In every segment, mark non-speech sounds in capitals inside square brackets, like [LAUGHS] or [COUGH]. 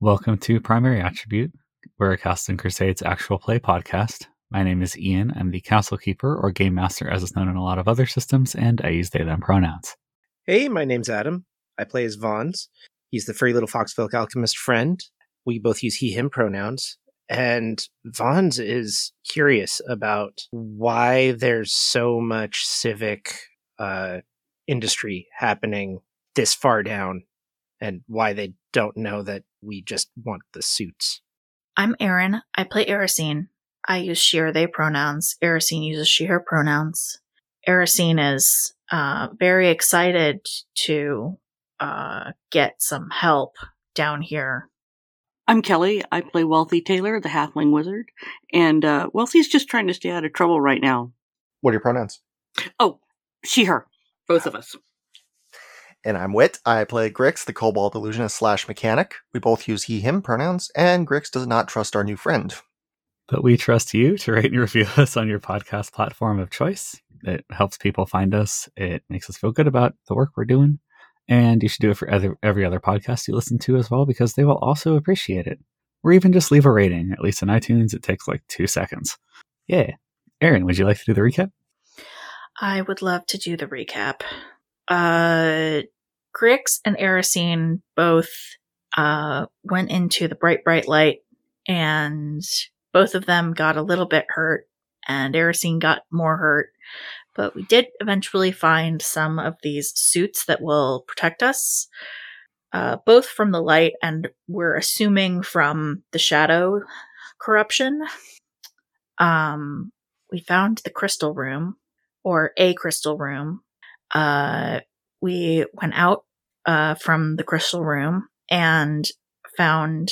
Welcome to Primary Attribute. We're a Castle and Crusades actual play podcast. My name is Ian. I'm the Castle Keeper, or Game Master as it's known in a lot of other systems, and I use they them pronouns. Hey, my name's Adam. I play as Vons. He's the furry little fox folk alchemist friend. We both use he, him pronouns. And Vons is curious about why there's so much civic uh, industry happening this far down and why they don't know that we just want the suits. I'm Erin. I play Erisine. I use she or they pronouns. Erisine uses she her pronouns. Erisine is uh, very excited to uh, get some help down here. I'm Kelly. I play Wealthy Taylor, the halfling wizard, and uh, Wealthy's just trying to stay out of trouble right now. What are your pronouns? She, her, both of us. And I'm Wit. I play Grix, the kobold illusionist slash mechanic. We both use he, him pronouns, and Grix does not trust our new friend. But we trust you to rate and review [LAUGHS] us on your podcast platform of choice. It helps people find us, it makes us feel good about the work we're doing. And you should do it for other, every other podcast you listen to as well, because they will also appreciate it. Or even just leave a rating, at least on iTunes. It takes like two seconds. Yeah. Erin, would you like to do the recap? I would love to do the recap. Uh, Grix and Erisine both uh, went into the bright, bright light, and both of them got a little bit hurt, and Erisine got more hurt. But we did eventually find some of these suits that will protect us, uh, both from the light and we're assuming from the shadow corruption. Um, we found the crystal room, or a crystal room. Uh, we went out uh, from the crystal room and found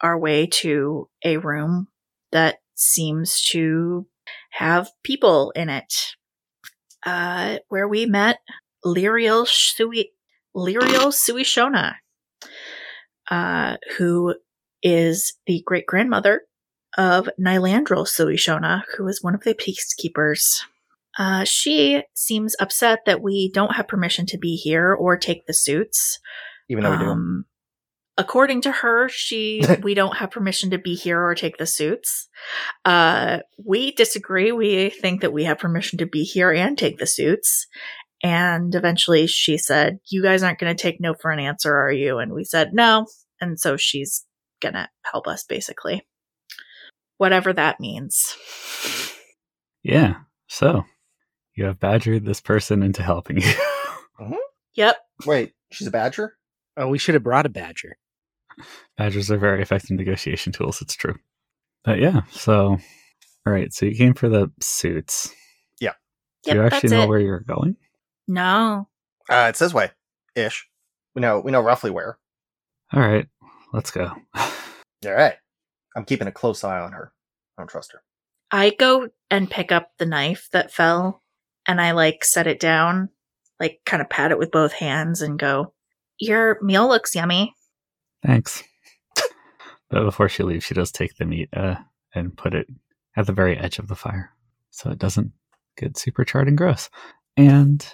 our way to a room that seems to have people in it. Uh, where we met Liriel Sui Liriel Suishona, uh, who is the great grandmother of Nylandrel Suishona, who is one of the peacekeepers. Uh, she seems upset that we don't have permission to be here or take the suits. Even though we do. Um, according to her, [LAUGHS] she we don't have permission to be here or take the suits. Uh, we disagree. We think that we have permission to be here and take the suits. And eventually, she said, "You guys aren't going to take no for an answer, are you?" And we said, "No." And so she's gonna help us, basically, whatever that [LAUGHS] means. Yeah. So you have badgered this person into helping you. [LAUGHS] Yep. Wait, she's a badger? Oh, we should have brought a badger. Badgers are very effective negotiation tools. It's true. But yeah, so all right. So you came for the suits. Yep. Do you that's actually know it. where you're going? no. Uh, it's this way, ish. We know we know roughly where. All right, let's go. [LAUGHS] All right. I'm keeping a close eye on her. I don't trust her. I go and pick up the knife that fell and I like set it down, like kind of pat it with both hands and go, Your meal looks yummy. Thanks. but before she leaves, she does take the meat uh, and put it at the very edge of the fire so it doesn't get super charred and gross. And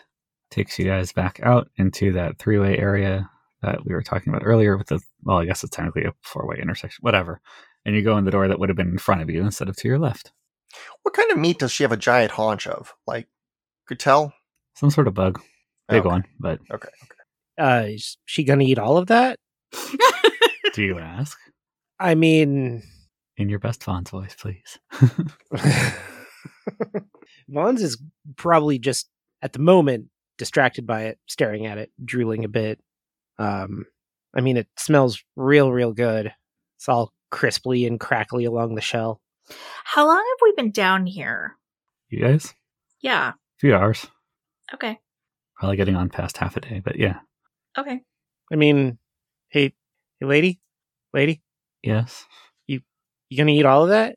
takes you guys back out into that three way area that we were talking about earlier with the, well, I guess it's technically a four way intersection, whatever. And you go in the door that would have been in front of you instead of to your left. What kind of meat does she have a giant haunch of? Like, could tell. Some sort of bug. Big Okay. one, but Okay. okay. Uh, is she going to eat all of that? do you ask? I mean, In your best Fawn's voice, please. [LAUGHS] Vons is probably just at the moment distracted by it, staring at it, drooling a bit. Um, I mean, it smells real, real good. It's all crisply and crackly along the shell. How long have we been down here? you guys? Yeah. A few hours. Okay. Probably getting on past half a day, but yeah. Okay. I mean, hey, hey, lady, lady, Yes. you gonna eat all of that?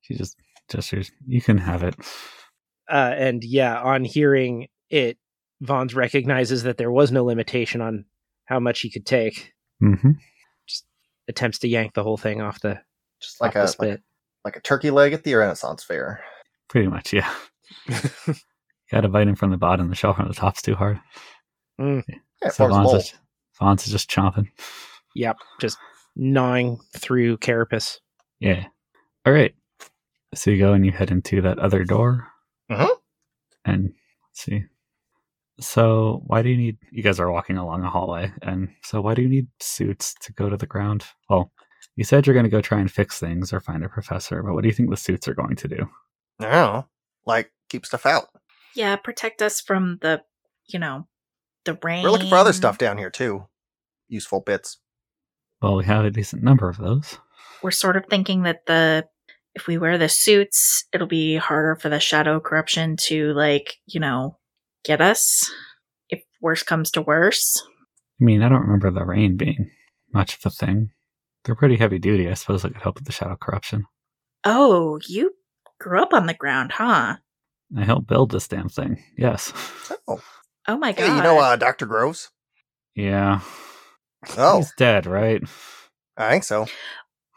She just gestures, you can have it. Uh, and yeah, on hearing it, Vons recognizes that there was no limitation on how much he could take. Mm-hmm. Attempts to yank the whole thing off the Just like off the a spit. like, like a turkey leg at the Renaissance fair. Pretty much, yeah. Got to bite him from the bottom. The shell from the top's too hard. Mm. Yeah, it so forms a Vaughn's bowl. is, Vaughn's is just chomping. Yep, just gnawing through Carapace. Yeah. All right. So you go and you head into that other door. Mhm. And let's see. So why do you need? You guys are walking along a hallway, and so why do you need suits to go to the ground? Well, you said you're going to go try and fix things or find a professor, but what do you think the suits are going to do? I don't know. Like, keep stuff out. Yeah, protect us from the, you know, the rain. We're looking for other stuff down here, too. Useful bits. Well, we have a decent number of those. We're sort of thinking that the if we wear the suits, it'll be harder for the shadow corruption to like, you know, get us. If worse comes to worse. I mean, I don't remember the rain being much of a thing. They're pretty heavy duty. I suppose it could help with the shadow corruption. Oh, you grew up on the ground, huh? I helped build this damn thing. Yes. [LAUGHS] Oh, Oh my god. hey, you know uh, Dr. Groves? Yeah. Oh, He's dead, right? I think so.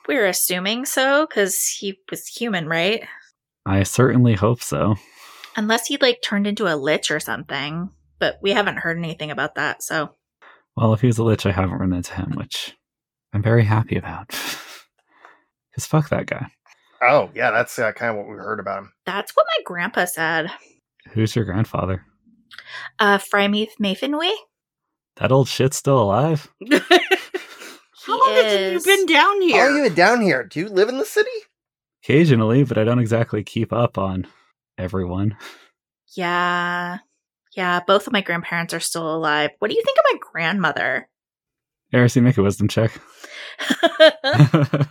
We're assuming so cuz he was human, right? I certainly hope so. Unless he like turned into a lich or something, but we haven't heard anything about that. So, Well, if he was a lich, I haven't run into him, which I'm very happy about. [LAUGHS] Because fuck that guy. Oh, yeah, that's uh, kind of what we heard about him. that's what my grandpa said. Who's your grandfather? Uh Frymeath Mafinwy? That old shit's still alive? How long have is- you been down How here? are you even down here? Do you live in the city? Occasionally, but I don't exactly keep up on everyone. Yeah. Yeah, both of my grandparents are still alive. What do you think of my grandmother? [LAUGHS] Erisy, make a wisdom check. [LAUGHS] uh, you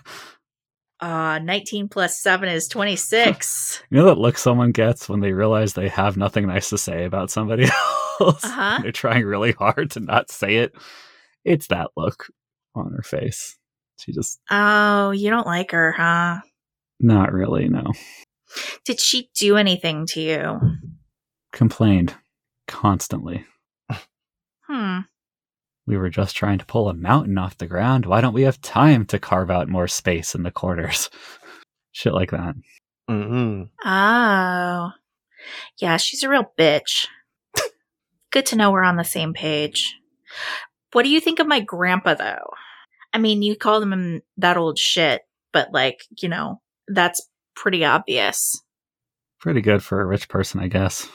19 plus 7 is [LAUGHS] 26. know that look someone gets when they realize they have nothing nice to say about somebody [LAUGHS] else? Uh-huh. They're trying really hard to not say it. It's that look on her face. She just, oh, you don't like her, huh? not really, no. Did she do anything to you? Complained constantly. Hmm. We were just trying to pull a mountain off the ground. Why don't we have time to carve out more space in the corners? [LAUGHS] Shit like that. Mm-hmm. Oh. Yeah, she's a real bitch. Good to know we're on the same page. What do you think of my grandpa, though? I mean, you called him that old shit, but, like, you know, that's pretty obvious. Pretty good for a rich person, I guess.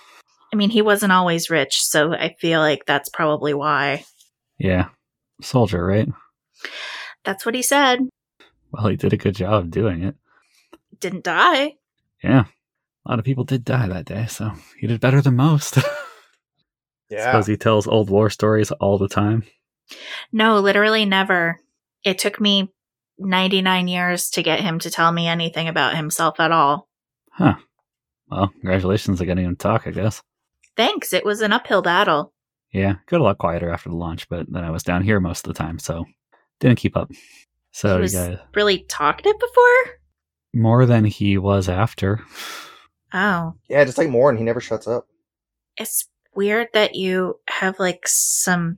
I mean, he wasn't always rich, so I feel like that's probably why. Yeah. Soldier, right? That's what he said. Well, he did a good job of doing it. Didn't die. Yeah. A lot of people did die that day, so he did better than most. [LAUGHS] Yeah. Suppose he tells old war stories all the time. No, literally never. It took me 99 years to get him to tell me anything about himself at all. Well, congratulations on getting him to talk, I guess. Thanks, it was an uphill battle. Yeah, got a lot quieter after the launch, but then I was down here most of the time, so didn't keep up. So He you was- guys- really talkative before? more than he was after. Oh. Yeah, just like Morin, he never shuts up. It's weird that you have like some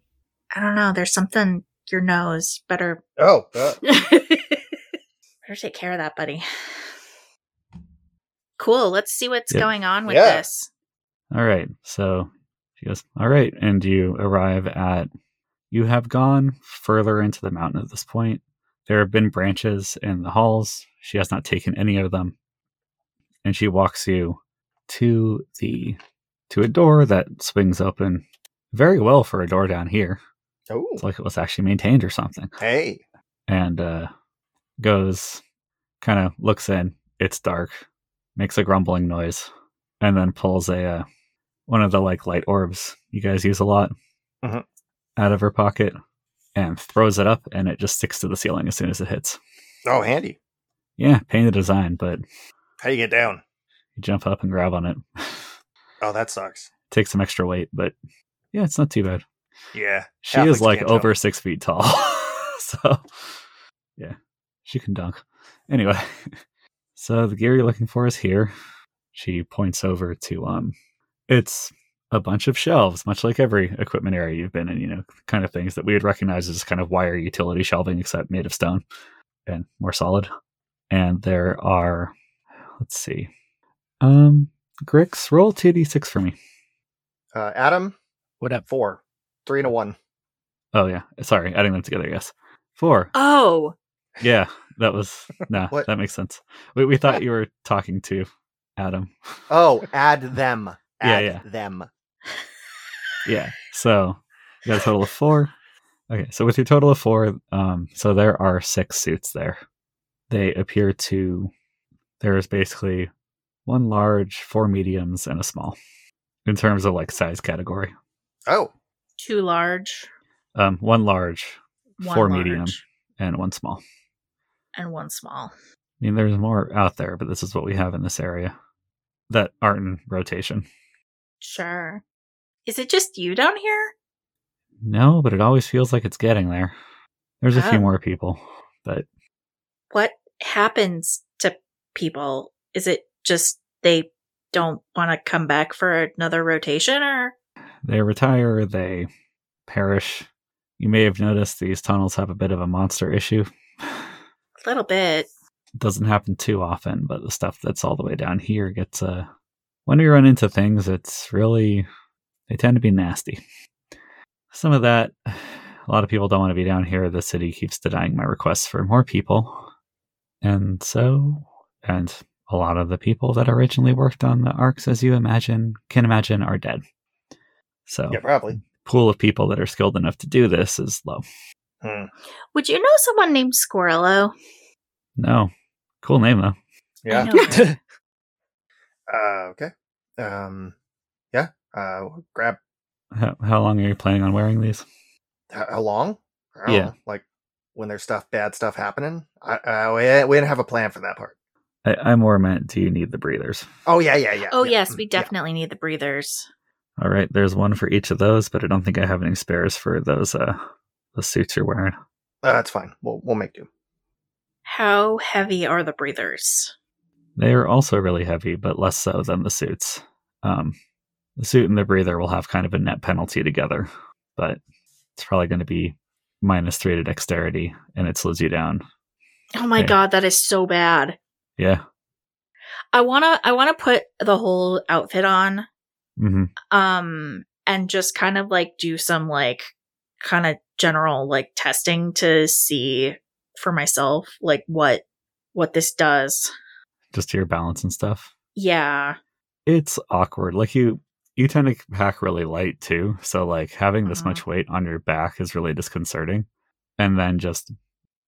I don't know, there's something your nose. Better Oh, uh, [LAUGHS] better take care of that, buddy. Cool, let's see what's Yep. going on with Yeah. this. All right. So she goes, All right. And you arrive at, you have gone further into the mountain at this point. There have been branches in the halls. She has not taken any of them. And she walks you to the, to a door that swings open very well for a door down here. oh. It's like it was actually maintained or something. Hey. And, uh, goes, kind of looks in. It's dark, makes a grumbling noise, and then pulls a uh, one of the like light orbs you guys use a lot Mhm. out of her pocket and throws it up, and it just sticks to the ceiling as soon as it hits. Oh, handy. Yeah, pain the design, but How do you get down? you jump up and grab on it. [LAUGHS] Oh, that sucks. Takes some extra weight, but yeah, it's not too bad. Yeah. She Halflings is like can't jump. over six feet tall. [LAUGHS] so, yeah, she can dunk. Anyway, [LAUGHS] so the gear you're looking for is here. She points over to, um, it's a bunch of shelves, much like every equipment area you've been in, you know, kind of things that we would recognize as kind of wire utility shelving, except made of stone and more solid. And there are, let's see, um, Grix, roll 2d6 for me. Uh, Adam, What up? four. Three and a one. Oh, yeah. Sorry, adding them together, yes. Four. Oh, Yeah, that was no. What? That makes sense. We we [LAUGHS] thought you were talking to Adam. Oh, add them. Yeah, Add yeah. them. Yeah. [LAUGHS] So you got a total of four. Okay. So with your total of four, um, so there are six suits there. They appear to. There is basically one large, four mediums, and a small. In terms of like size category, Oh, Too large, um, one large one Four large, medium. and one small. and one small. I mean, there's more out there, but this is what we have in this area that aren't in rotation. Sure. Is it just you down here? No, but it always feels like it's getting there. There's a few Oh. more people, but What happens to people? Is it just they don't want to come back for another rotation or they retire, they perish. You may have noticed these tunnels have a bit of a monster issue. It a little bit? doesn't happen too often, but the stuff that's all the way down here gets uh when we run into things, it's really they tend to be nasty. Some of that [SIGHS] a lot of people don't want to be down here. The city keeps denying my requests for more people. And so and a lot of the people that originally worked on the arcs as you imagine can imagine are dead. So yeah, probably. pool of people that are skilled enough to do this is low. Would you know someone named Squirrelo? No. Cool name though. I Yeah. know, [LAUGHS] right? [LAUGHS] Uh, okay. Um, yeah. Uh, grab How, how long are you planning on wearing these? how, how long? I don't Yeah. know, like when there's stuff, bad stuff happening. I, uh, we, we didn't have a plan for that part. I, I more meant do you need the breathers? Oh yeah, yeah, yeah. oh yeah, yes, mm, we yeah. definitely need the breathers. All right, there's one for each of those, but I don't think I have any spares for those uh the suits you're wearing. Uh, that's fine. We'll we'll make do. How heavy are the breathers? They are also really heavy, but less so than the suits. Um the suit and the breather will have kind of a net penalty together, but it's probably going to be minus 3 to dexterity and it slows you down. Oh my Yeah. god, that is so bad. Yeah. I want to I want to put the whole outfit on Mhm. um and just kind of like do some like kind of general like testing to see for myself like what what this does Just to your balance and stuff. yeah it's awkward like you you tend to pack really light too so like having this Uh-huh. much weight on your back is really disconcerting and then just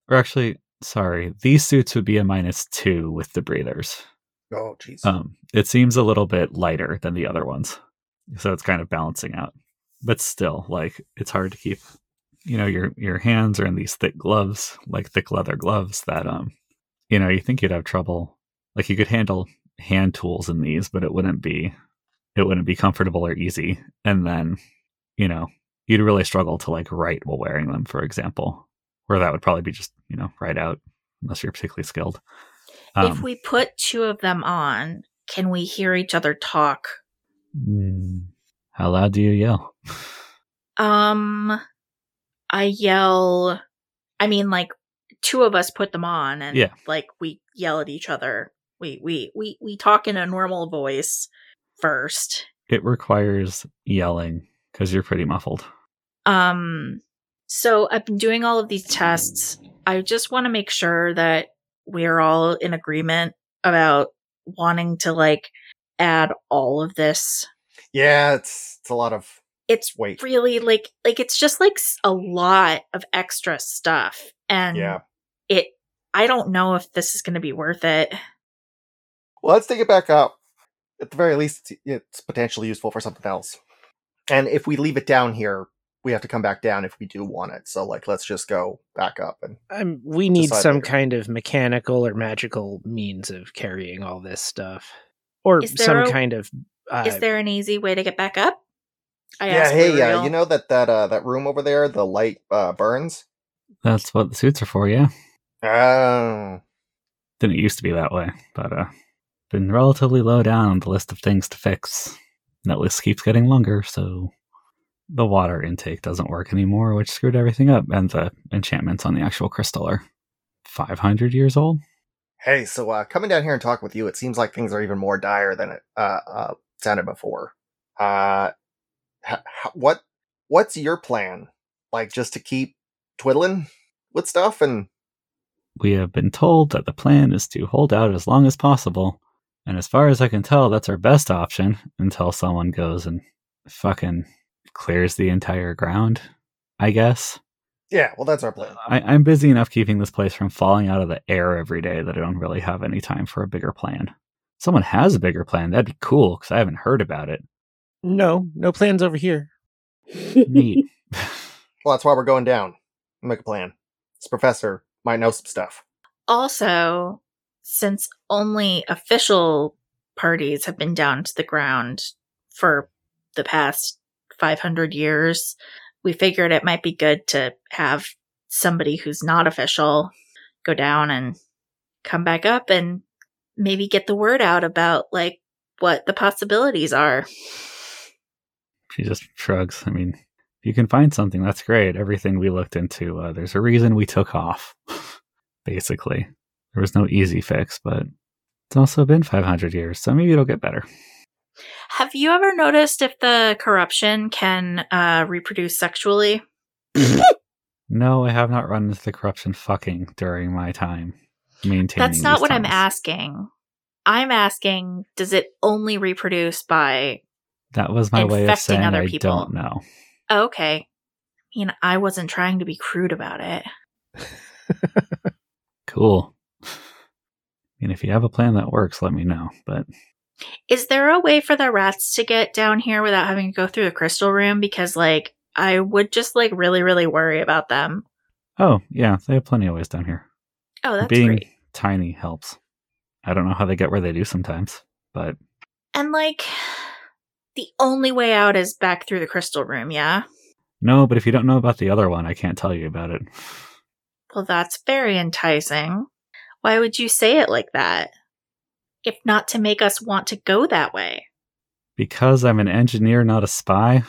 or actually sorry these suits would be a minus two with the breathers Oh jeez. um it seems a little bit lighter than the other ones so it's kind of balancing out but still like it's hard to keep you know your your hands are in these thick gloves like thick leather gloves that um you know you think you'd have trouble like you could handle hand tools in these but it wouldn't be it wouldn't be comfortable or easy and then you know you'd really struggle to like write while wearing them for example where that would probably be just you know write out unless you're particularly skilled if Um, we put two of them on can we hear each other talk Mm. How loud do you yell? um i yell i mean like two of us put them on and Yeah. like we yell at each other we we we we talk in a normal voice first It requires yelling because you're pretty muffled. Um, so I've been doing all of these tests. I just want to make sure that we're all in agreement about wanting to like add all of this. yeah, it's it's a lot of It's weight. really like like it's just like s- a lot of extra stuff and Yeah. it I don't know if this is going to be worth it. Well, let's take it back up. At the very least, it's, it's potentially useful for something else. And if we leave it down here, we have to come back down if we do want it. So, like, let's just go back up and Um, we need Decide some later. kind of mechanical or magical means of carrying all this stuff, or Is there some a- kind of. Uh, Is there an easy way to get back up? I yeah, hey, yeah, Muriel. you know that that uh, that room over there, the light uh, burns. That's what the suits are for, yeah. Oh, Didn't used to be that way, but uh been relatively low down on the list of things to fix. And that list keeps getting longer, so the water intake doesn't work anymore, which screwed everything up, and the enchantments on the actual crystal are five hundred years old. hey, so uh, coming down here and talking with you, it seems like things are even more dire than it uh, uh, sounded before. Uh, h- h- what what's your plan? Like, just to keep twiddling with stuff and We have been told that the plan is to hold out as long as possible. And as far as I can tell, that's our best option until someone goes and fucking clears the entire ground, I guess. Yeah, well, that's our plan. I, I'm busy enough keeping this place from falling out of the air every day that I don't really have any time for a bigger plan. If someone has a bigger plan, that'd be cool because I haven't heard about it. No, no plans over here. Neat. [LAUGHS] Well, that's why we're going down. Make a plan. This professor might know [LAUGHS] some stuff. Also, since only official parties have been down to the ground for the past 500 years, we figured it might be good to have somebody who's not official go down and come back up and maybe get the word out about like what the possibilities are. she just shrugs. I mean, if you can find something, that's great. Everything we looked into, uh, there's a reason we took off, [LAUGHS] basically. There was no easy fix, but it's also been 500 years, so maybe it'll get better. Have you ever noticed if the corruption can uh, reproduce sexually? No, I have not run into the corruption fucking during my time maintaining. That's not these what I'm tunnels. asking. I'm asking, does it only reproduce by That was my way of Infecting saying other I people. don't know. oh, okay? I mean, I wasn't trying to be crude about it. Cool. [LAUGHS] And if you have a plan that works, let me know. But Is there a way for the rats to get down here without having to go through the crystal room? Because like I would just like really, really worry about them. oh yeah, they have plenty of ways down here. Oh, that's Being great. tiny helps. I don't know how they get where they do sometimes, but And like the only way out is back through the crystal room, yeah? no. But if you don't know about the other one, I can't tell you about it. Well, that's very enticing. Why would you say it like that? If not to make us want to go that way. because I'm an engineer, not a spy,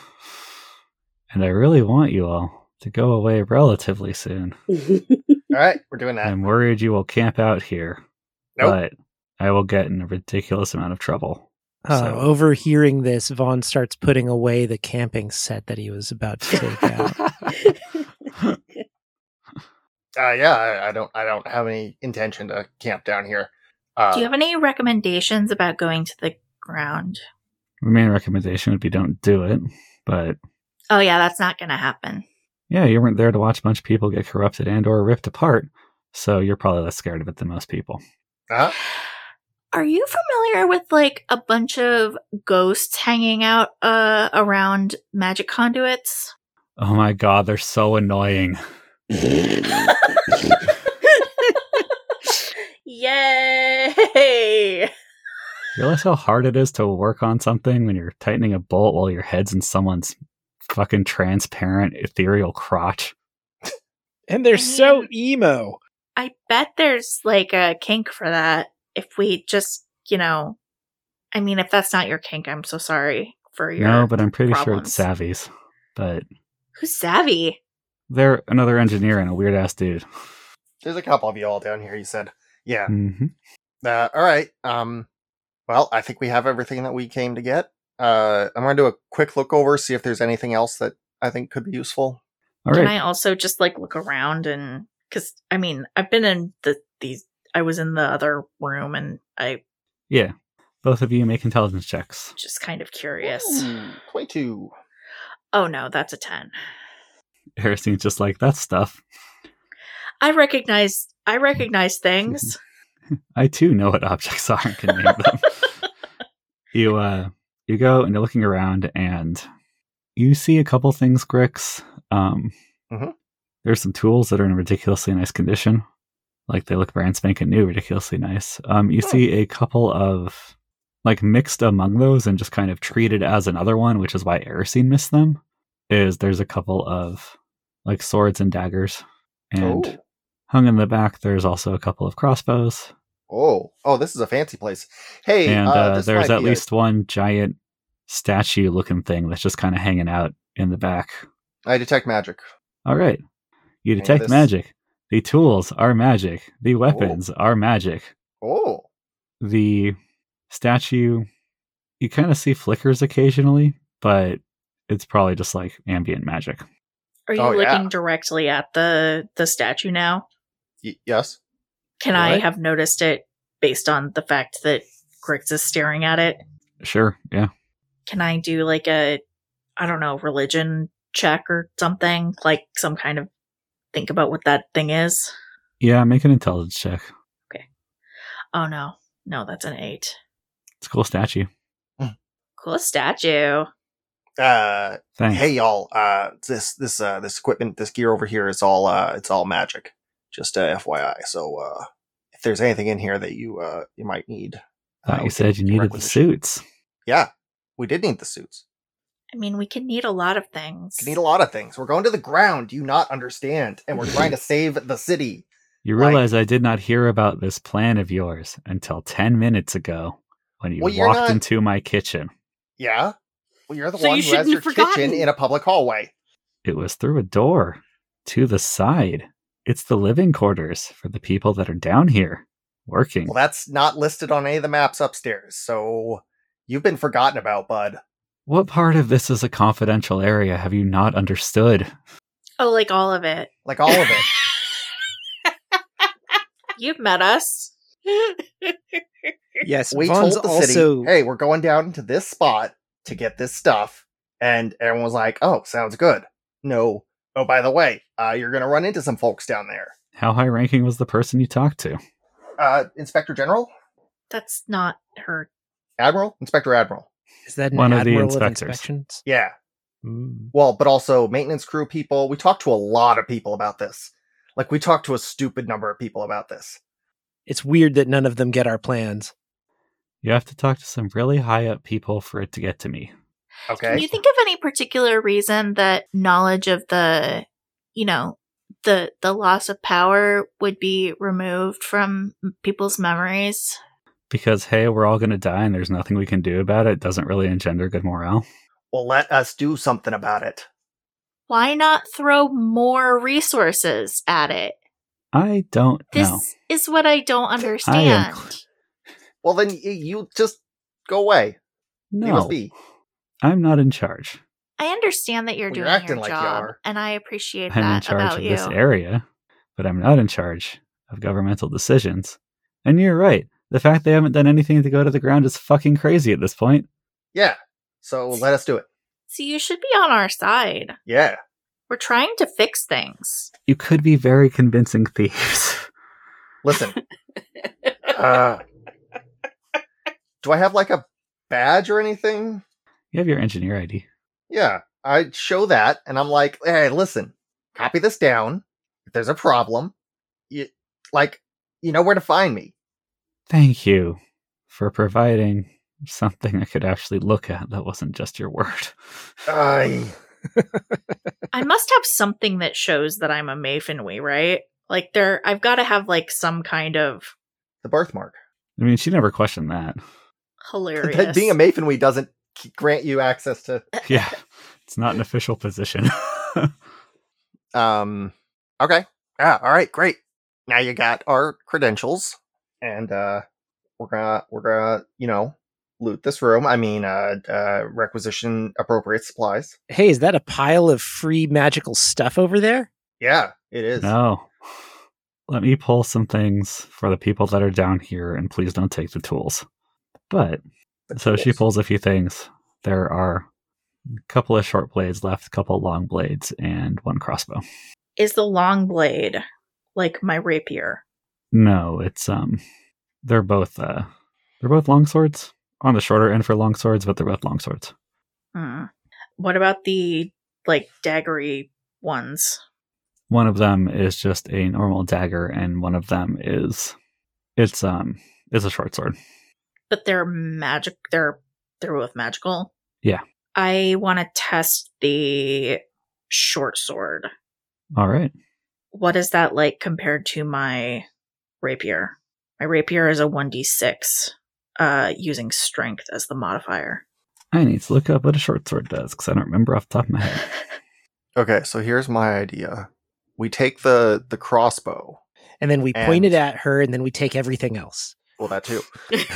and I really want you all to go away relatively soon. All right, we're doing that. Um, I'm worried you will camp out here, nope. but I will get in a ridiculous amount of trouble. Uh, So- overhearing this, Vaughn starts putting away the camping set that he was about to [LAUGHS] take out. Uh, yeah, I, I don't. I don't have any intention to camp down here. Uh, Do you have any recommendations about going to the ground? My main recommendation would be don't do it, but Oh, yeah, that's not going to happen. yeah, you weren't there to watch a bunch of people get corrupted and or ripped apart, so you're probably less scared of it than most people. uh, Are you familiar with like a bunch of ghosts hanging out uh, around magic conduits? Oh my god, they're so annoying. Yay! Realize how hard it is to work on something when you're tightening a bolt while your head's in someone's fucking transparent ethereal crotch. And they're so Man. emo. I bet there's like a kink for that. If we just, you know, I mean, if that's not your kink, I'm so sorry for your. No, but I'm pretty problems. sure it's Savvy's. But Who's savvy? they're another engineer and a weird ass dude. there's a couple of you all down here. You said, yeah. hmm Uh, all right. Um, well, I think we have everything that we came to get. Uh, I'm going to do a quick look over, see if there's anything else that I think could be useful. All Can right. I also just like look around and because I mean I've been in the these I was in the other room and I Yeah. Both of you make intelligence checks. just kind of curious. Ooh, 22. Oh no, that's a ten. Harrison's just like, that's stuff. I recognize I recognize [LAUGHS] things. I too know what objects [LAUGHS] are and can name them. you uh you go and you're looking around and you see a couple things, Grix. Um Mhm. there's some tools that are in ridiculously nice condition. Like they look brand spanking new, ridiculously nice. Um you see a couple of like mixed among those and just kind of treated as another one, which is why Erisine missed them, is there's a couple of like swords and daggers. And Oh. hung in the back, there's also a couple of crossbows. Oh, oh, this is a fancy place. Hey, and uh, uh, this there's might at be a- least one giant statue looking thing that's just kind of hanging out in the back. I detect magic. All right. You Any of detect this- magic. The tools are magic. The weapons are magic. Oh, The statue, you kind of see flickers occasionally, but it's probably just like ambient magic. Are you Oh, yeah. looking directly at the the statue now? y- yes. Can I What? have noticed it based on the fact that Grix is staring at it? Sure. Yeah. Can I do like a, I don't know, religion check or something? Like some kind of think about what that thing is? Yeah. Make an intelligence check. Oh no. No, that's an eight. It's a cool statue. Cool statue. Uh, Thanks. hey y'all. Uh, this this uh this equipment, this gear over here is all uh it's all magic. Just uh, FYI. So uh, if there's anything in here that you uh you might need, uh, Thought we you said can you needed the requisition. suits. Yeah, we did need the suits. I mean, we can need a lot of things. We need a lot of things. We're going to the ground. Do you not understand? And [LAUGHS] we're trying to save the city. You Like- realize I did not hear about this plan of yours until 10 minutes ago when you Well, you're walked not- into my kitchen. Yeah. Well, you're the So one you who has shouldn't your have forgotten. kitchen in a public hallway. It was through a door to the side. It's the living quarters for the people that are down here working. Well, that's not listed on any of the maps upstairs. So you've been forgotten about, bud. What part of this is a confidential area have you not understood? Oh, like all of it. Like all of [LAUGHS] it. You've met us. [LAUGHS] Yes, we Vaughn's told the also city, hey, we're going down to this spot to get this stuff. And everyone was like, oh, sounds good. No. Oh, by the way, uh, you're going to run into some folks down there. How high ranking was the person you talked to? Uh, Inspector General? That's not her. Admiral? Inspector Admiral. is that an one of the admiral of inspectors. inspections? Yeah. Mm. Well, but also maintenance crew people. We talked to a lot of people about this. Like, we talked to a stupid number of people about this. It's weird that none of them get our plans. You have to talk to some really high up people for it to get to me. Okay. Can you think of any particular reason that knowledge of the, you know, the the loss of power would be removed from people's memories? Because, hey, we're all going to die and there's nothing we can do about it doesn't really engender good morale. well, let us do something about it. Why not throw more resources at it? I don't This know. is what I don't I am understand. Well, then y- you just go away. You must No, be. I'm not in charge. I understand that you're Well, doing you're acting your like you job, are. and I appreciate I'm that in charge about of you. this area, but I'm not in charge of governmental decisions. And you're right. The fact they haven't done anything to go to the ground is fucking crazy at this point. Yeah. So let us do it. so you should be on our side. Yeah. We're trying to fix things. You could be very convincing thieves. [LAUGHS] Listen. uh, do I have like a badge or anything? you have your engineer ID. Yeah. I show that and I'm like, hey, listen, copy this down. If there's a problem, you, like, you know where to find me. Thank you for providing something I could actually look at that wasn't just your word. Uh. Ay. I must have something that shows that I'm a Mayfinwee, right? Like there I've got to have like some kind of the birthmark. I mean, she never questioned that. hilarious. [LAUGHS] [LAUGHS] That being a Mafenwee doesn't k- grant you access to. Yeah, it's not an official position. [LAUGHS] Um. Okay. Yeah. All right. Great. Now you got our credentials, and uh, we're gonna we're gonna you know loot this room. I mean, uh, uh requisition appropriate supplies. Hey, is that a pile of free magical stuff over there? Yeah, it is. no. Let me pull some things for the people that are down here, and please don't take the tools. But The So she tools. pulls a few things. There are a couple of short blades left, a couple of long blades, and one crossbow. is the long blade like my rapier? No, it's um, they're both uh, they're both long swords on the shorter end for long swords, but they're both long swords. Hmm. What about the like daggery ones? One of them is just a normal dagger, and one of them is it's um is a short sword. But they're magic they're they're both magical. Yeah. I want to test the short sword. All right, What is that like compared to my rapier? My rapier is a 1d6 uh using strength as the modifier. I need to look up what a short sword does because I don't remember off the top of my head. Okay, so here's my idea. We take the the crossbow. And then we And- point it at her, and then we take everything else. Well, that too.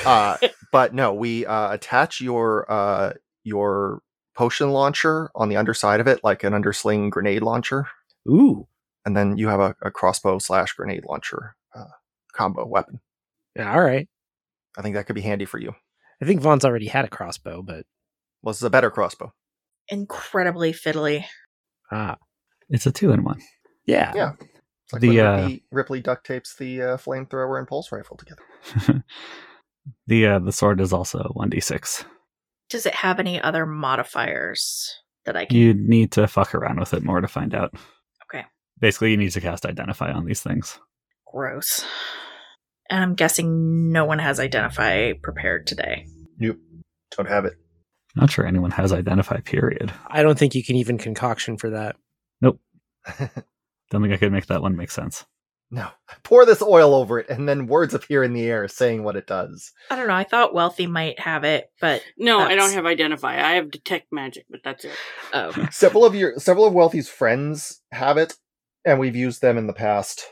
Uh, but no, we uh, attach your uh your potion launcher on the underside of it, like an undersling grenade launcher. Ooh, and then you have a, a crossbow slash grenade launcher uh, combo weapon. Yeah, all right. I think that could be handy for you. I think Vaughn's already had a crossbow, but Well, this is a better crossbow. Incredibly fiddly. ah, It's a two in one. [LAUGHS] yeah. Yeah. It's like The, when uh, Ripley, Ripley duct tapes the uh, flamethrower and pulse rifle together. the uh, the sword is also one d six. Does it have any other modifiers that I can? You need to fuck around with it more to find out. Okay. Basically, you need to cast identify on these things. Gross. And I'm guessing no one has identify prepared today. Nope. Don't have it. Not sure anyone has identify. Period. I don't think you can even concoction for that. Don't think I could make that one make sense. [LAUGHS] no. [LAUGHS] Pour this oil over it, and then words appear in the air saying what it does. I don't know. I thought wealthy might have it, but [LAUGHS] No, I don't That's- have identify. I have detect magic, but that's it. oh, several of your several of wealthy's friends have it and we've used them in the past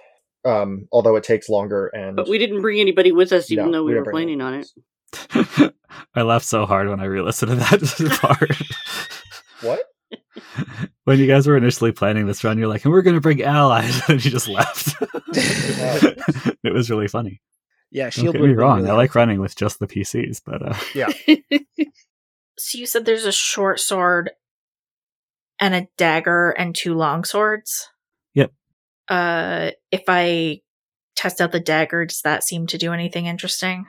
um although it takes longer and But we didn't bring anybody with us, even No, though we, we don't were bring planning on it. I laughed so hard when I re-listened to [LAUGHS] that part. [LAUGHS] what when you guys were initially planning this run, you're like, and we're going to bring allies, [LAUGHS] and you just laughed. it was really funny. Yeah, shield Don't get would me have been wrong. really I like running with just the PCs, but uh, so you said there's a short sword and a dagger and two long swords Yep. uh if i test out the dagger does that seem to do anything interesting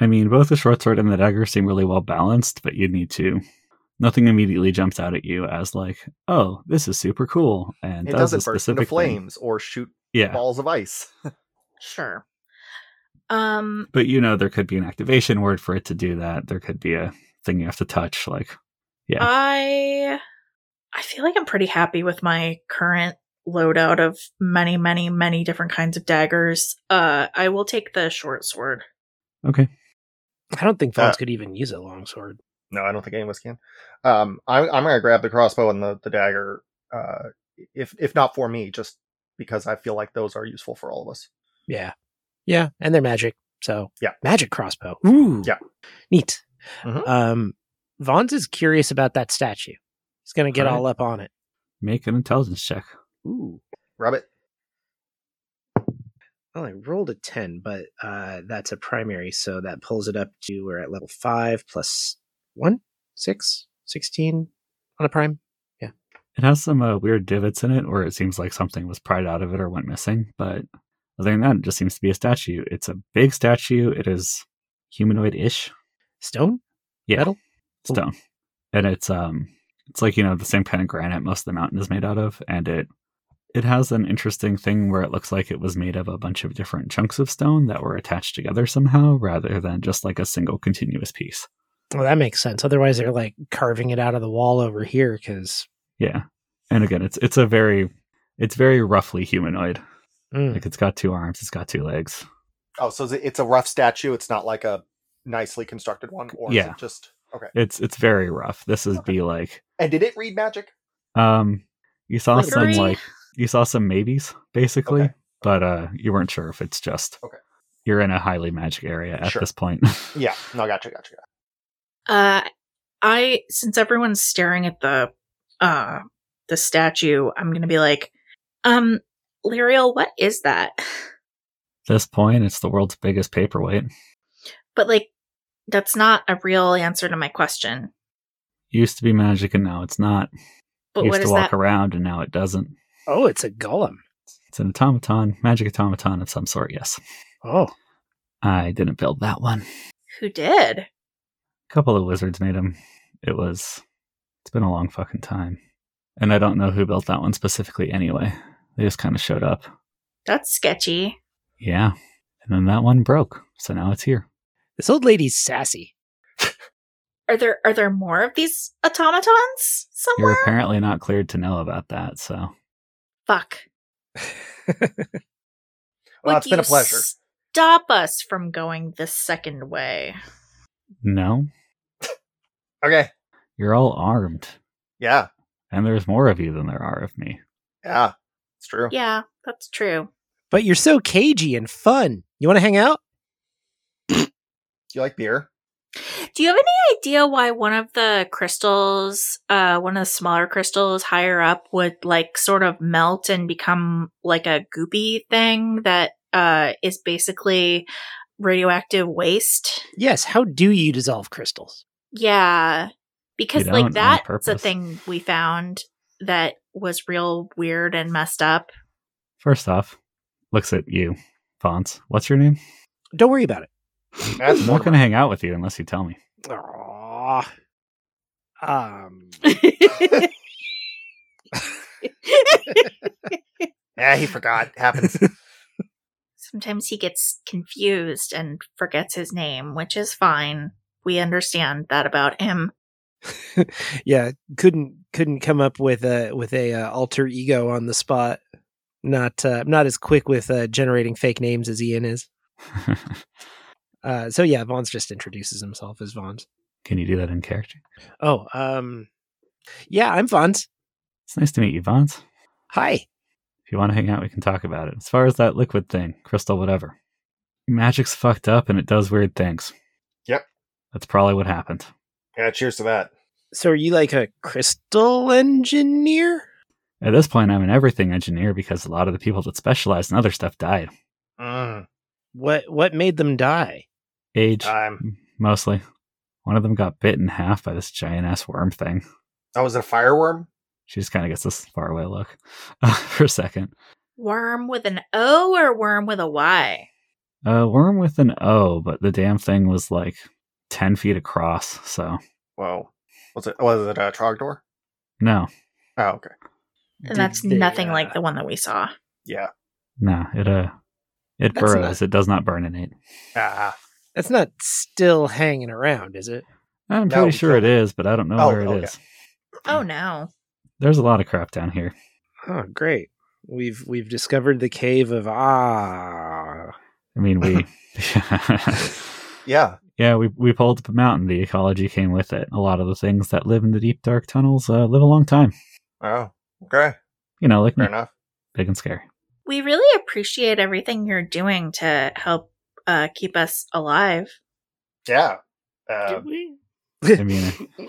I mean, both the short sword and the dagger seem really well balanced, but you need to. Nothing immediately jumps out at you as like, oh, this is super cool, and it does a doesn't burst into specific thing. flames or shoot Yeah, balls of ice sure um but you know there could be an activation word for it to do that. There could be a thing you have to touch, like Yeah. i i feel like i'm pretty happy with my current loadout of many many many different kinds of daggers uh i will take the short sword okay, I don't think Vaughn's Uh, could even use a longsword. no i don't think any of us can um i'm, I'm gonna grab the crossbow and the, the dagger uh if if not for me just because i feel like those are useful for all of us Yeah. Yeah, and they're magic. So Yeah. magic crossbow. Ooh, Yeah. neat. Mm-hmm. Mhm. Um, Vaughn's is curious about that statue. He's gonna get Alright. all up on it. make an intelligence check. Ooh. rub it Well, Oh, I rolled a ten, but uh, that's a primary, so that pulls it up to we're at level five plus one, six, 16 on a prime. It has some uh, weird divots in it, or it seems like something was pried out of it or went missing. But other than that, it just seems to be a statue. It's a big statue. It is humanoid-ish. Stone? Yeah, Metal? stone, and it's um, it's like you know the same kind of granite most of the mountain is made out of, and it it has an interesting thing where it looks like it was made of a bunch of different chunks of stone that were attached together somehow, rather than just like a single continuous piece. Well, that makes sense. Otherwise, they're like carving it out of the wall over here because Yeah, and again, it's it's a very it's very roughly humanoid. mm, Like it's got two arms, it's got two legs. oh so is it- it's a rough statue it's not like a nicely constructed one or is Yeah. it just okay It's it's very rough. This is be like and did it read magic um you saw some Flickering? like you saw some maybes basically, Okay. but uh you weren't sure if it's just Okay. you're in a highly magic area at Sure. this point. [LAUGHS] yeah no gotcha gotcha gotcha Uh, I since everyone's staring at the uh the statue, I'm gonna be like, um, Lariel, what is that? [LAUGHS] this point, it's the world's biggest paperweight. But like, that's not a real answer to my question. Used to be magic and now it's not. But Used what to is walk that? around and now it doesn't. oh, it's a golem. It's an automaton, magic automaton of some sort, yes. Oh, I didn't build that one. Who did? couple of wizards made him. It was. It's been a long fucking time, and I don't know who built that one specifically. Anyway, they just kind of showed up. That's sketchy. Yeah, and then that one broke, so now it's here. this old lady's sassy. Are there are there more of these automatons somewhere? You're apparently not cleared to know about that, so Fuck! [LAUGHS] well Would it's been a you pleasure Stop us from going the second way. no, okay you're all armed, yeah and there's more of you than there are of me. Yeah, it's true. Yeah, that's true. But you're so cagey and fun. You want to hang out? Do you like beer? Do you have any idea why one of the crystals, uh, one of the smaller crystals higher up would like sort of melt and become like a goopy thing that uh, is basically radioactive waste. Yes. How do you dissolve crystals? Yeah, because You don't, on like that's a purpose. thing we found that was real weird and messed up. First off, looks at you, Fonz. What's your name? Don't worry about it. [LAUGHS] That's I'm not going to hang out with you unless you tell me. [LAUGHS] Aww. [LAUGHS] Um. [LAUGHS] [LAUGHS] Yeah, Eh, he [LAUGHS] forgot. Happens. Sometimes he gets confused and forgets his name, which is fine. We understand that about him. yeah, couldn't couldn't come up with a with a uh, alter ego on the spot. Not uh, not as quick with uh, generating fake names as Ian is. Uh, so yeah, Vaughn's just introduces himself as Vaughn's. Can you do that in character? Oh, um, yeah, I'm Vaughn's. It's nice to meet you, Fonz. Hi. If you want to hang out, we can talk about it. As far as that liquid thing, crystal, whatever, magic's fucked up and it does weird things. Yep. That's probably what happened. yeah, cheers to that. So are you like a crystal engineer? At this point, I'm an everything engineer because a lot of the people that specialized in other stuff died. Mm, What what made them die? Age, time. mostly. One of them got bit in half by this giant ass worm thing. Oh, was it a fireworm? She just kind of gets this faraway look [LAUGHS] for a second. Worm with an O or worm with a Y? A worm with an O, but the damn thing was like 10 feet across, so Whoa. Was it? Was it a trogdor? no, Oh, okay. And that's Did they, nothing uh, like the one that we saw. Yeah. no, it uh, it That's burrows. It does not burninate. Ah. That's not still hanging around, is it? I'm No, pretty we sure it killed it. is, but I don't know Oh, where it is. okay. Oh no. There's a lot of crap down here. Oh, great. We've we've discovered the cave of Ah. I mean, we, [LAUGHS] Yeah. yeah, we we pulled up a mountain. The ecology came with it. A lot of the things that live in the deep dark tunnels uh, live a long time. Oh. Okay. You know, like Fair me, enough. big and scary. We really appreciate everything you're doing to help uh, keep us alive. Yeah. Uh, Did we? [LAUGHS] I [LAUGHS] mean, [LAUGHS]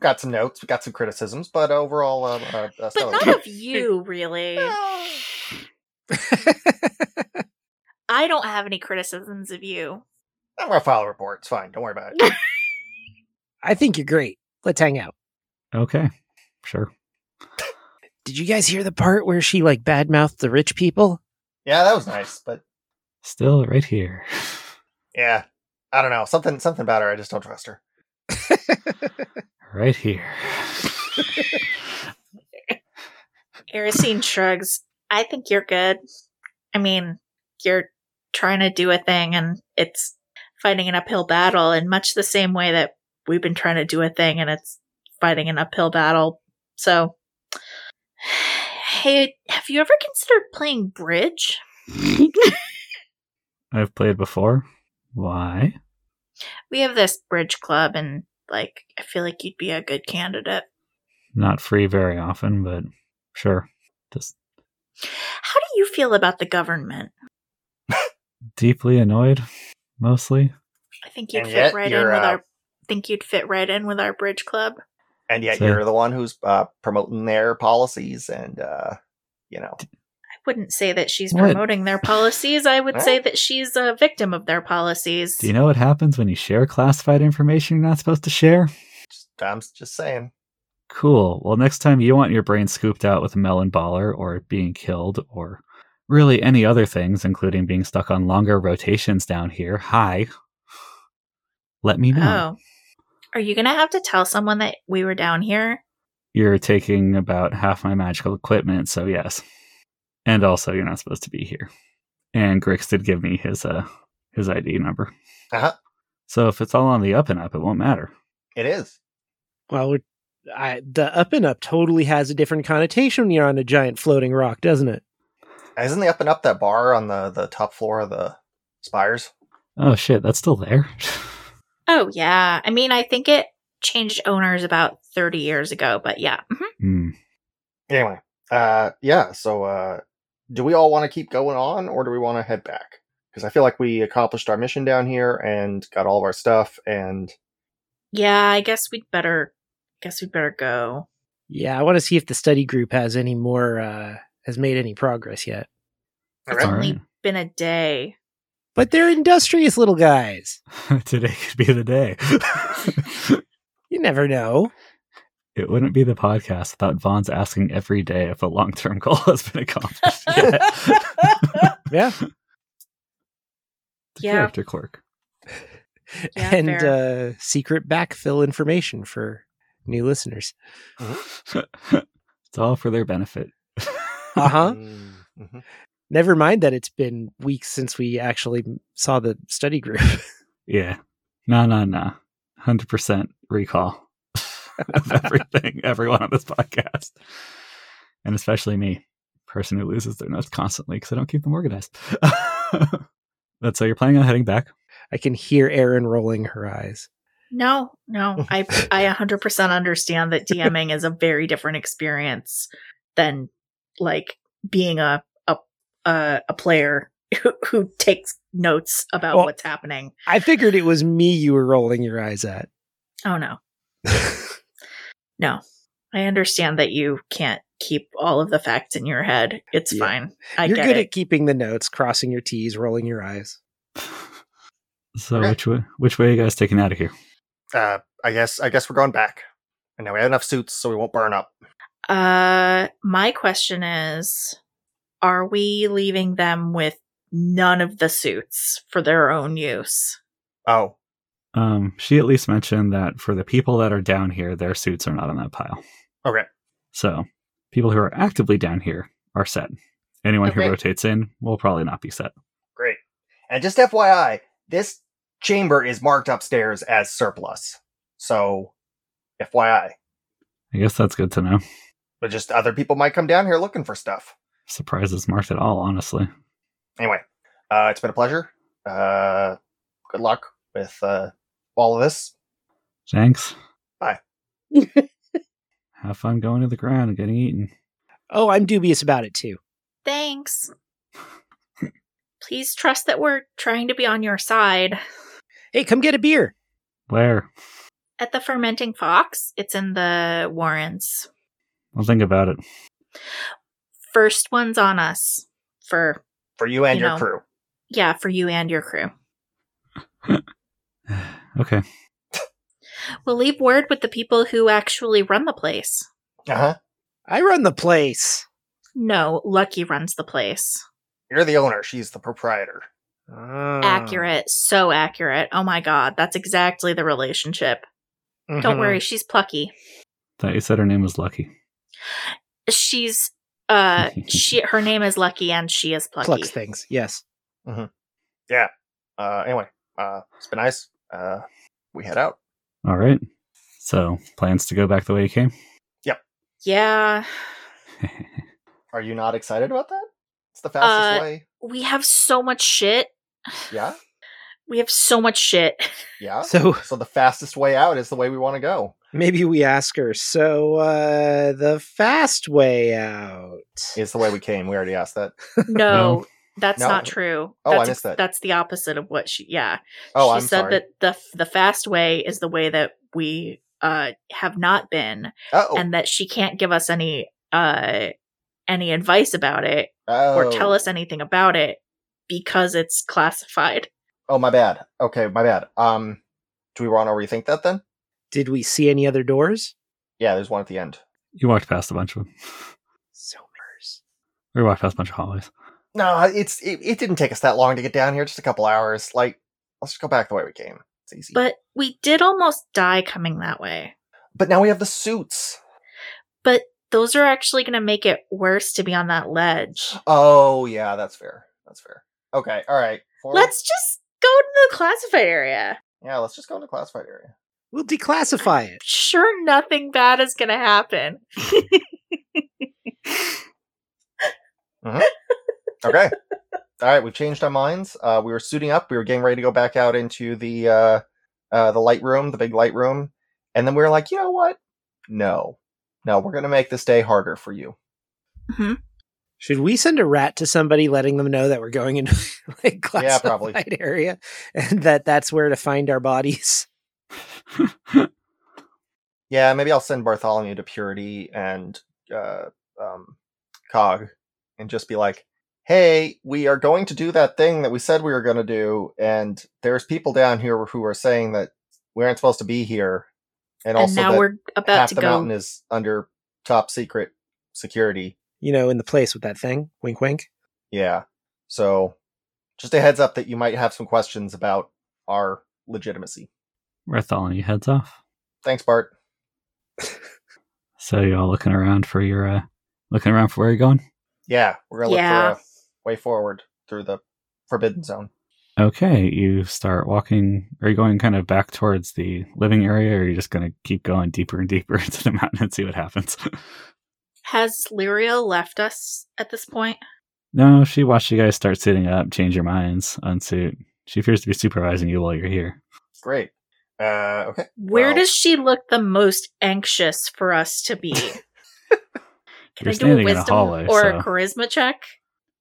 got some notes. We got some criticisms, but overall, uh, uh, uh, But Oh, stellar. not of you, [LAUGHS] really. I don't have any criticisms of you. I'm gonna file a report. It's fine. Don't worry about it. I think you're great. Let's hang out. okay, sure. Did you guys hear the part where she like badmouthed the rich [LAUGHS] people? yeah, that was nice, but Still right here. [SIGHS] yeah, I don't know. Something, something about her. I just don't trust her. right here. [LAUGHS] Aracene shrugs. I think you're good. I mean, you're trying to do a thing and it's fighting an uphill battle in much the same way that we've been trying to do a thing and it's fighting an uphill battle. So, [SIGHS] hey, have you ever considered playing [LAUGHS] bridge? I've played before. Why? We have this bridge club and like I feel like you'd be a good candidate. Not free very often, but sure. Just How do you feel about the government? deeply annoyed, mostly. I think you'd And fit yet right in you're, with uh, our think you'd fit right in with our bridge club. And yet, So- you're the one who's uh, promoting their policies, and uh, you know, wouldn't say that she's What? promoting their policies. I would Well- say that she's a victim of their policies. Do you know what happens when you share classified information you're not supposed to share? just, I'm just saying. Cool. Well, next time you want your brain scooped out with a melon baller or being killed or really any other things, including being stuck on longer rotations down here, hi, let me know. Oh. Are you going to have to tell someone that we were down here? You're taking about half my magical equipment, so yes. And also, you're not supposed to be here. And Grix did give me his uh his ID number. Uh-huh. So if it's all on the up and up, it won't matter. It is. Well, we're, I, the up and up totally has a different connotation when you're on a giant floating rock, doesn't it? Isn't the up and up that bar on the the top floor of the spires? Oh shit, that's still there. [LAUGHS] Oh, yeah. I mean, I think it changed owners about 30 years ago, but yeah. Mhm. Hmm. [LAUGHS] Anyway, uh, yeah. So, uh, do we all want to keep going on, or do we want to head back? Because I feel like we accomplished our mission down here and got all of our stuff, and Yeah, I guess we'd better guess we'd better go. Yeah, I want to see if the study group has any more, uh, has made any progress yet. It's All only right. been a [LAUGHS] day. But they're industrious little guys. Today could be the day. [LAUGHS] You never know. it wouldn't be the podcast without Vaughn's asking every day if a long term [LAUGHS] goal has been [LAUGHS] accomplished [LAUGHS] yet. Yeah. The Yeah. character quirk. [LAUGHS] [LAUGHS] [LAUGHS] Yeah, and fair. uh, secret backfill information for new [LAUGHS] listeners. it's all for their benefit. Uh huh. Mm-hmm. never mind that it's been weeks since we actually saw the study group. [LAUGHS] Yeah. No, no, no. 100% recall [LAUGHS] of everything, everyone on this podcast. And especially me, person who loses their notes constantly because I don't keep them organized. [LAUGHS] That's so you're planning on heading back. [LAUGHS] I can hear Erin rolling her eyes. No, no, [LAUGHS] I I 100% understand that DMing is a very different experience than like being a a a, a player who, who takes notes about Well- what's happening. I figured it was me you were rolling your eyes at. Oh no. no. I understand that you can't keep all of the facts in your head. It's Yeah. fine. I You're get good it. at keeping the notes, crossing your T's, rolling your eyes. So Okay. which way which way are you guys taking out of here? Uh, I guess I guess we're going back. And now we have enough suits, so we won't burn up. Uh, my question is Are we leaving them with none of the suits for their own use? Oh, Um, she at least mentioned that for the people that are down here, their suits are not on that pile. okay. So people who are actively down here are set. Anyone Okay. who rotates in will probably not be set. Great. And just FYI, this chamber is marked upstairs as surplus. So, FYI, I guess that's good to know. but just other people might come down here looking for stuff. Surprises marked at all, honestly. Anyway, uh, it's been a pleasure. Uh, good luck with uh, all of this. Thanks. Bye. Have fun going to the ground and getting eaten. Oh, I'm dubious about it too. Thanks. Please trust that we're trying to be on your side. Hey, come get a beer. Where? At the Fermenting Fox, it's in the Warrens. Well, think about it. First one's on us for, For you and You your know. crew. yeah, for you and your crew. Okay. We'll leave word with the people who actually run the place. Uh huh. I run the place. No, Lucky runs the place. You're the owner. She's the proprietor. Ah. Accurate. So accurate. Oh my God. That's exactly the relationship. Mm-hmm. [LAUGHS] Don't worry. She's plucky. Thought you said her name was Lucky. She's, [LAUGHS] uh, she, her name is Lucky and she is plucky. Plucks things. Yes. Uh, anyway, uh, it's been nice. Uh, we head out. All right. So, plans to go back the way you came? [LAUGHS] Yeah. Are you not excited about that? It's the fastest Uh, way. We have so much shit. Yeah, We have so much shit. [LAUGHS] yeah. So So the fastest way out is the way we want to go. maybe we ask her. So uh the fast way out. It's the way we came. We already [LAUGHS] asked that. No, No. that's No. not true. Oh, I that's, missed that. That's the opposite of what she, yeah. Oh, she I'm said sorry. that the, the fast way is the way that we, uh, have not been. oh, and that she can't give us any uh any advice about it or oh. tell us anything about it because it's classified. Oh, my bad. Okay, my bad. Um, do we want to rethink that then? Did we see any other doors? Yeah, there's one at the end. You walked past a bunch of them. Somers. We walked past a bunch of hallways. No, it's it, it didn't take us that long to get down here. Just a couple hours. Like, let's just go back the way we came. It's easy. But we did almost die coming that way. but now we have the suits. Those are actually going to make it worse to be on that ledge. Oh yeah, that's fair. That's fair. Okay, all right. Forward- Let's just go to the classified area. yeah, let's just go into classified area. We'll declassify it. Sure, nothing bad is going to [LAUGHS] happen. Okay. all right, we've changed our minds. Uh, we were suiting up. We were getting ready to go back out into the uh, uh, the light room, the big light room, and then we were like, you know what? No, no, we're gonna make this day harder for you. Mhm. Should we send a rat to somebody letting them know that we're going into [LAUGHS] like Yeah, classified [LAUGHS] probably. area and that that's where to find our bodies? [LAUGHS] Yeah, maybe I'll send Bartholomew to Purity and uh, um, Cog, and just be like, hey, we are going to do that thing that we said we were going to do, and there's people down here who are saying that we aren't supposed to be here, And and, also now that we're about half to the go. mountain is under top secret security. You know, in the place with that thing. Wink, wink. Yeah. So just a heads up that you might have some questions about our legitimacy. Bartholomew heads off. Thanks, Bart. So you all looking around for your uh looking around for where you're going? Yeah, we're gonna look Yeah. for a way forward through the forbidden zone. Okay, you start walking are you going kind of back towards the living area or are you just gonna keep going deeper and deeper [LAUGHS] into the mountain and see what happens? [LAUGHS] Has Lyria left us at this point? no, she watched you guys start sitting up, change your minds, unsuit. She appears to be supervising you while you're here. Great. Uh, okay. Where Well- does she look the most anxious for us to [LAUGHS] be? Can You're I do standing a in a wisdom hallway, or a so- charisma check?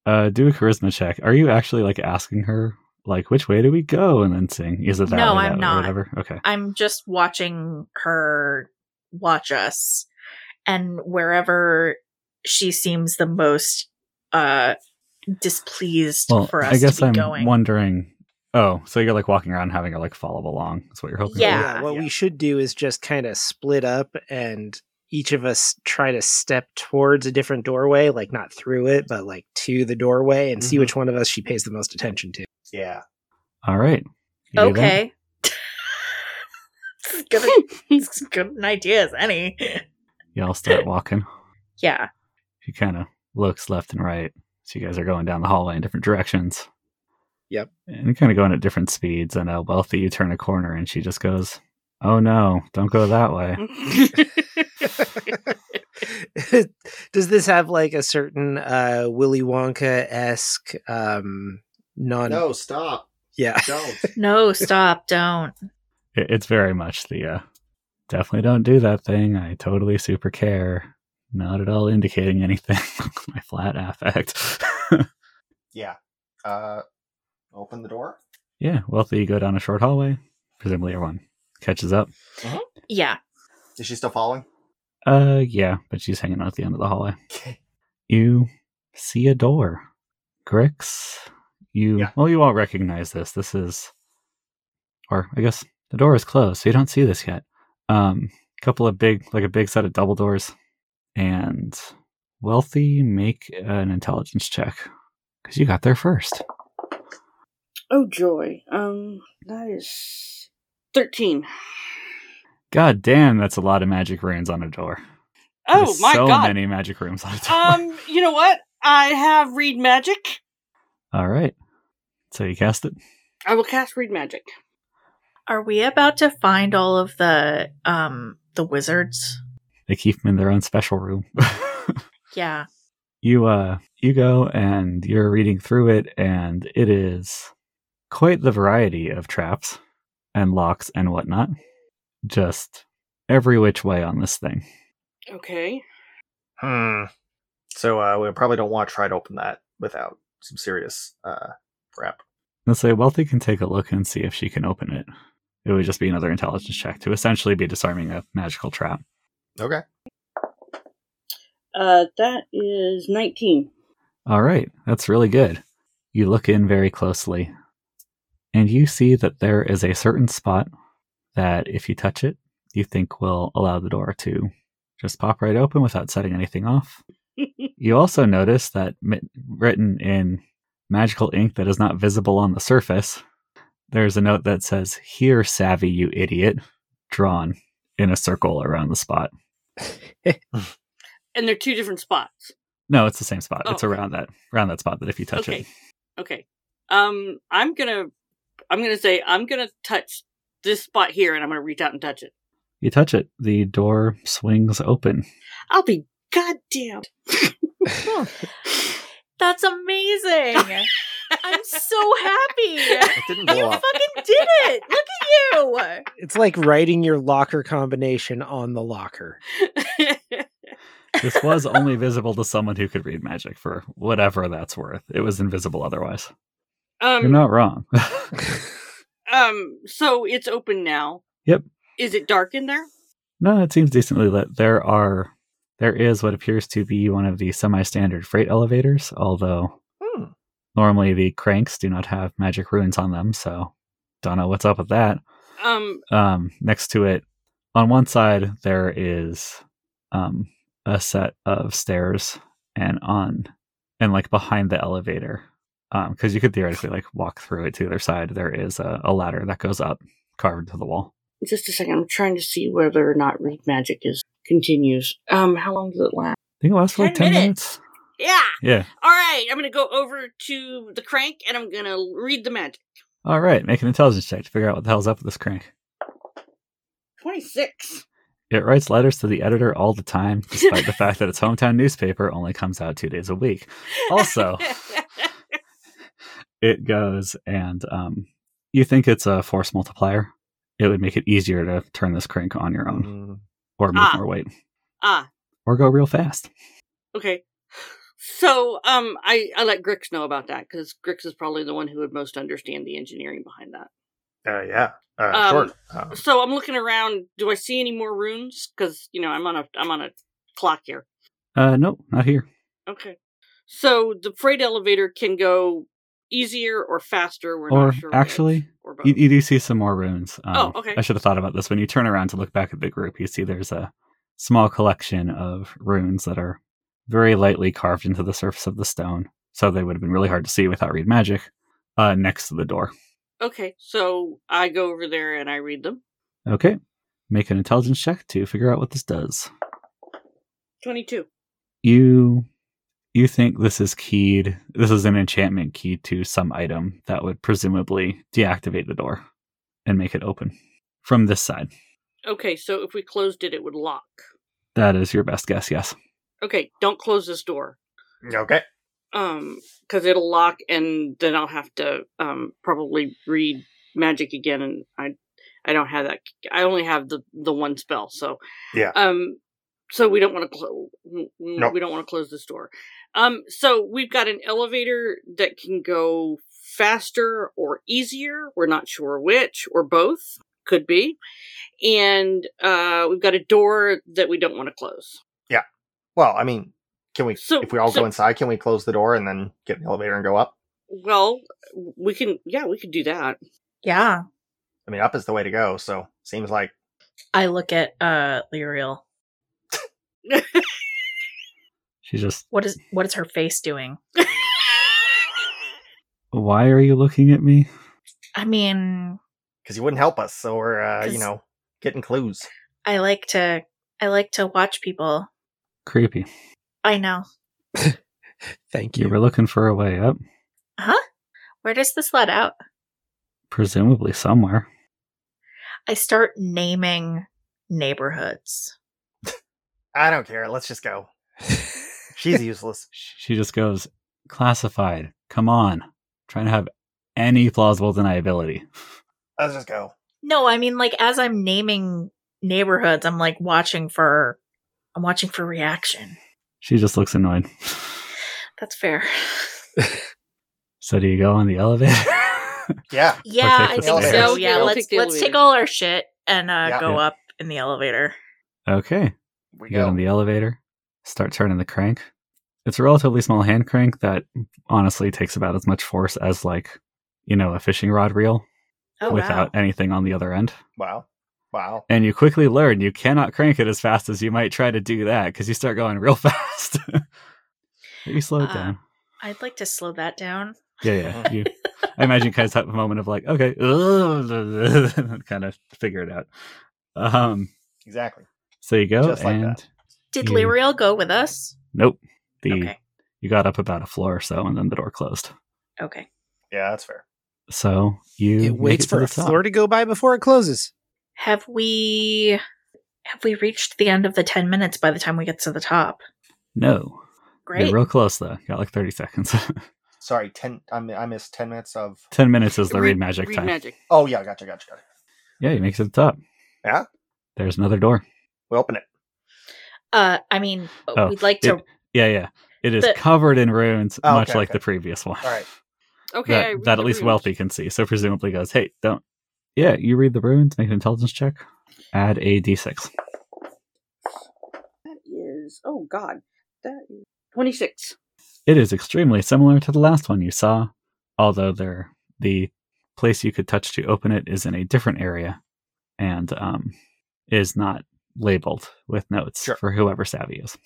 Uh do a charisma check. Are you actually like asking her like which way do we go and then sing? Is it that No, way, I'm that way, not. whatever? Okay. I'm just watching her watch us, and wherever she seems the most uh displeased for us I guess to be I'm going. wondering. Oh, so you're like walking around having her like follow along. That's what you're hoping. for? Yeah. what we should do is just kind of split up and each of us try to step towards a different doorway, like not through it, but like to the doorway and see Mhm. which one of us she pays the most attention [LAUGHS] to. [LAUGHS] Yeah. All right. You do that? okay. [LAUGHS] it's good, it's good an idea as any. Y'all start walking. Yeah. She kind of looks left and right. So you guys are going down the hallway in different directions. Yep. And you're kind of going at different speeds. And uh, Wealthy, you turn a corner and she just goes, "Oh no, don't go that way." Oh. [LAUGHS] Does this have like a certain uh, Willy Wonka esque um, non? stop. Yeah. [LAUGHS] Don't. No, stop, don't. It, it's very much the uh, definitely don't do that thing. I totally super care. Not at all indicating anything. [LAUGHS] My flat affect. [LAUGHS] yeah. Uh, open the door. Yeah, wealthy. You go down a short hallway. Presumably, everyone catches up. Yeah. Is she still following? Uh, yeah, but she's hanging out at the end of the hallway. [LAUGHS] Okay. You see a door. Grix, you. Yeah. Well, you all recognize this. This is, or I guess the door is closed, so you don't see this yet. Um, couple of big, like a big set of double doors, and wealthy make an intelligence check because you got there first. Oh joy. Um, that is thirteen. God damn, that's a lot of magic runes on a door. Oh There's my so god. many [LAUGHS] magic rooms on a door. Um, you know what? I have read magic. [LAUGHS] All right. So you cast it. I will cast read magic. Are we about to find all of the um the wizards? They keep them in their own special room. [LAUGHS] Yeah. you uh you go and you're reading through it and it is quite the variety of traps and locks and whatnot. Just every which way on this thing. Okay. Hmm. So uh, we probably don't want to try to open that without some serious uh prep. Let's say Wealthy can take a look and see if she can open it. It would just be another intelligence check to essentially be disarming a magical trap. Okay. Uh, that is nineteen. [LAUGHS] All right, that's really good. You look in very closely, and you see that there is a certain spot that, if you touch it, you think will allow the door to just pop right open without setting anything off. you also notice that mi- written in magical ink that is not visible on the surface, there's a note that says, Here, Savvy, you idiot, drawn in a circle around the spot. And they're two different spots. No, it's the same spot. Oh, it's okay. around that around that spot that if you touch okay. it. Okay. Um, I'm gonna, I'm gonna say I'm gonna touch this spot here, and I'm gonna reach out and touch it. You touch it, the door swings open. I'll be [LAUGHS] goddamn. [LAUGHS] [LAUGHS] That's amazing. I'm so happy. It didn't You blow up. fucking did it. Look at you. It's like writing your locker combination on the locker. This was only visible to someone who could read magic for whatever that's worth. It was invisible otherwise. um, You're not wrong. [LAUGHS] um. So it's open now. Yep. Is it dark in there? no, it seems decently lit. There are there is what appears to be one of the semi-standard freight elevators, although Hmm. Normally, the cranks do not have magic runes on them, so don't know what's up with that. Um, Um, next to it, on one side, there is um, a set of stairs, and on and like behind the elevator, because you could theoretically like walk through it to the other side. There is a, a ladder that goes up, carved into the wall. just a second. I'm trying to see whether or not read magic is continues. Um, how long does it last? I think it lasts for like ten 10 minutes. Yeah. Yeah. All right. I'm gonna go over to the crank and I'm gonna read the magic. All right. Make an intelligence check to figure out what the hell's up with this crank. Twenty six. It writes letters to the editor all the time, despite [LAUGHS] the fact that its hometown newspaper only comes out two days a week. Also, it goes and um, you think it's a force multiplier. It would make it easier to turn this crank on your own Mm, or move Ah. more weight [LAUGHS] ah, or go real fast. okay. So, um, I I let Grix know about that because Grix is probably the one who would most understand the engineering behind that. uh, yeah. Uh, Um, sure. Um, So I'm looking around. Do I see any more runes? Because you know I'm on a I'm on a clock here. Uh, nope, not here. Okay. So the freight elevator can go easier or faster. We're Or not sure. which, actually, e or both. You, you do see some more runes. Um, Oh, okay. I should have thought about this. When you turn around to look back at the group, you see there's a small collection of runes that are very lightly carved into the surface of the stone, so they would have been really hard to see without read magic. Uh, next to the door. okay. So I go over there and I read them. Okay, make an intelligence check to figure out what this does. Twenty two. You, you think this is keyed? This is an enchantment key to some item that would presumably deactivate the door and make it open from this side. Okay. So if we closed it, it would lock. That is your best guess. Yes. Okay. Don't close this door. okay. Um, because it'll lock, and then I'll have to um probably read magic again, and I I don't have that. I only have the the one spell, so Yeah. Um, so we don't want to close. We don't want to close this door. Um, so we've got an elevator that can go faster or easier. We're not sure which or both could be, and uh, we've got a door that we don't want to close. Well, I mean, can we? So- if we all so- go inside, can we close the door and then get an elevator and go up? Well, we can. Yeah, we could do that. Yeah. I mean, up is the way to go. So seems like I look at uh Lyriel. She just What is what is her face doing? why are you looking at me? I mean, because you wouldn't help us, so we're uh, you 'Cause- know getting clues. I like to I like to watch people. Creepy. I know. Thank You you. were looking for a way up, Where does this let out? presumably somewhere. I start naming neighborhoods. I don't care. Let's [LAUGHS] just go. She's useless. Sh- She just goes, classified. Come on. Trying to have any plausible deniability. Let's just go. No, I mean like as I'm naming neighborhoods, I'm like watching for I'm watching for reaction. She just looks annoyed. [LAUGHS] That's fair. So do you go on the elevator? [LAUGHS] Yeah. [LAUGHS] Yeah, I the think so. elevator. Yeah, Don't let's take the let's elevator. take all our shit and uh Yeah. go Yeah. up in the elevator. okay. We You get on the elevator, start turning the crank. It's a relatively small hand crank that honestly takes about as much force as like, you know, a fishing rod reel Oh without wow. anything on the other end. Wow. Wow. and you quickly learn you cannot crank it as fast as you might try to do that because you start going real [LAUGHS] fast. Maybe slow it Uh. down. I'd like to slow that down. Yeah, yeah. You, I imagine you guys have a moment of like, okay, [LAUGHS] kind of figure it out. Um, Exactly. so you go Just like and that. Did You- Lyriel go with us? nope. The Okay. you got up about a floor or so, and then the door closed. Okay. Yeah, that's fair. So you it make waits to for the a top. floor to go by before it closes. Have we have we reached the end of the 10 minutes by the time we get to the top? No, Great. you're real close though. Got like thirty seconds. [LAUGHS] Sorry, ten. I, mi- I missed ten minutes of. Ten minutes is the read, Read- magic read time. magic. Oh yeah, gotcha, gotcha, gotcha. Yeah, you make it to the top. Yeah? There's another door. We open it. uh I mean, Oh, we'd like to Yeah, yeah. It is The- covered in runes, Oh, much okay, like okay. the previous one. All right. Okay, that, I read that the at least runes. wealthy can see. So presumably goes, hey, don't. Yeah, you read the runes, make an intelligence check, add a d6. That is oh god, that is twenty six. It is extremely similar to the last one you saw, although there the place you could touch to open it is in a different area and um, is not labeled with notes Sure. for whoever savvy is.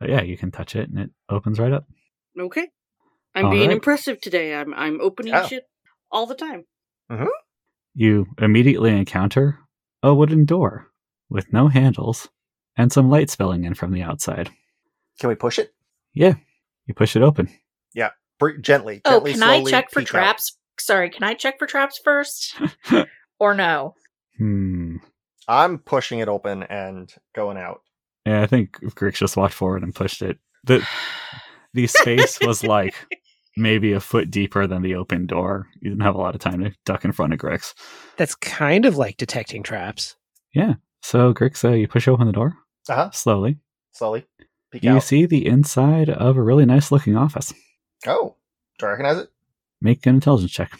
But yeah, you can touch it and it opens right up. Okay. I'm All being right. impressive today. I'm I'm opening Oh. Yeah. shit all the time. You immediately encounter a wooden door with no handles and some light spilling in from the outside. Can we push it? You push it open. Br- gently. Oh, gently, can I slowly check for peek out. traps? Sorry, can I check for traps [LAUGHS] first? or no? Hmm. I'm pushing it open and going out. Yeah, I think Grix just walked forward and pushed it. The the space was like maybe a foot deeper than the open door. You didn't have a lot of time to duck in front of Grix. That's kind of like detecting traps. So Grix, uh, you push open the door Uh huh. slowly. Slowly. Peek You out. see the inside of a really nice looking office. oh, do I recognize it? Make an intelligence check.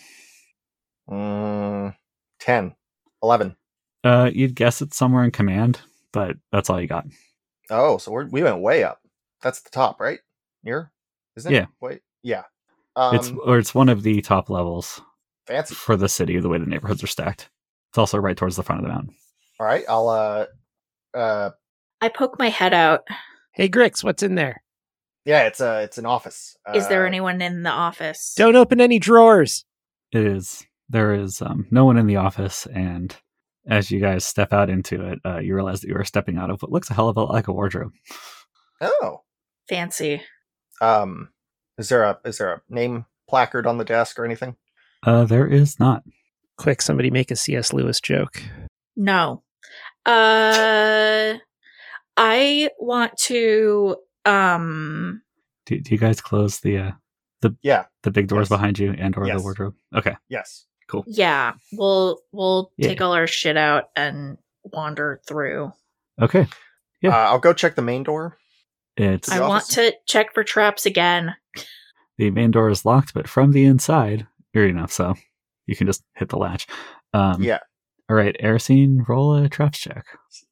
Mm, 10, 11. Uh, you'd guess it's somewhere in command, but that's all you got. Oh, so we're, we went way up. That's the top, right? Near? Isn't it? Yeah. Wait. Yeah. Um, it's or it's one of the top levels fancy. for the city, the way the neighborhoods are stacked. It's also right towards the front of the mountain. All right. I'll, uh, uh, I poke my head out. Hey, Grix, what's in there? yeah, it's a, it's an office. Is there Uh, anyone in the office? Don't open any drawers. It is. There is um, no one in the office, and as you guys step out into it, uh, you realize that you are stepping out of what looks a hell of a lot like a wardrobe. Oh. Fancy. Um, is there a, is there a name placard on the desk or anything? Uh, there is not. Quick, somebody make a C.S. Lewis joke. No. Uh I want to um Do, do you guys close the uh, the Yeah. the big doors Yes. behind you and or Yes. the wardrobe? Okay. Yes. yeah, we'll we'll Yeah. take all our shit out and wander through. Okay. Yeah. Uh, I'll go check the main door. It's The I want office? to check for traps again. the main door is locked, but from the inside, you're enough, so you can just hit the latch. Um, Yeah. All right, Erisine, roll a traps check.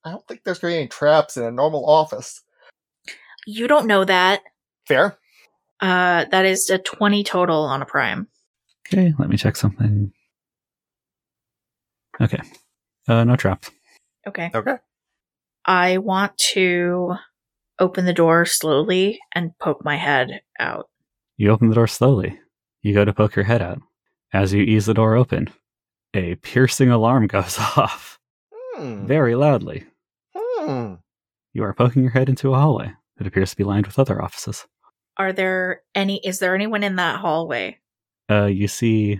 I don't think there's going to be any traps in a normal office. You don't know that. Fair. Uh that is a 20 total on a prime. Okay, let me check something. Okay. Uh, no traps. Okay. Okay. I want to open the door slowly and poke my head out. You open the door slowly. You go to poke your head out. As you ease the door open, a piercing alarm [LAUGHS] goes off Hmm. very loudly. Hmm. You are poking your head into a hallway that appears to be lined with other offices. Are there any is there anyone in that hallway? uh, you see,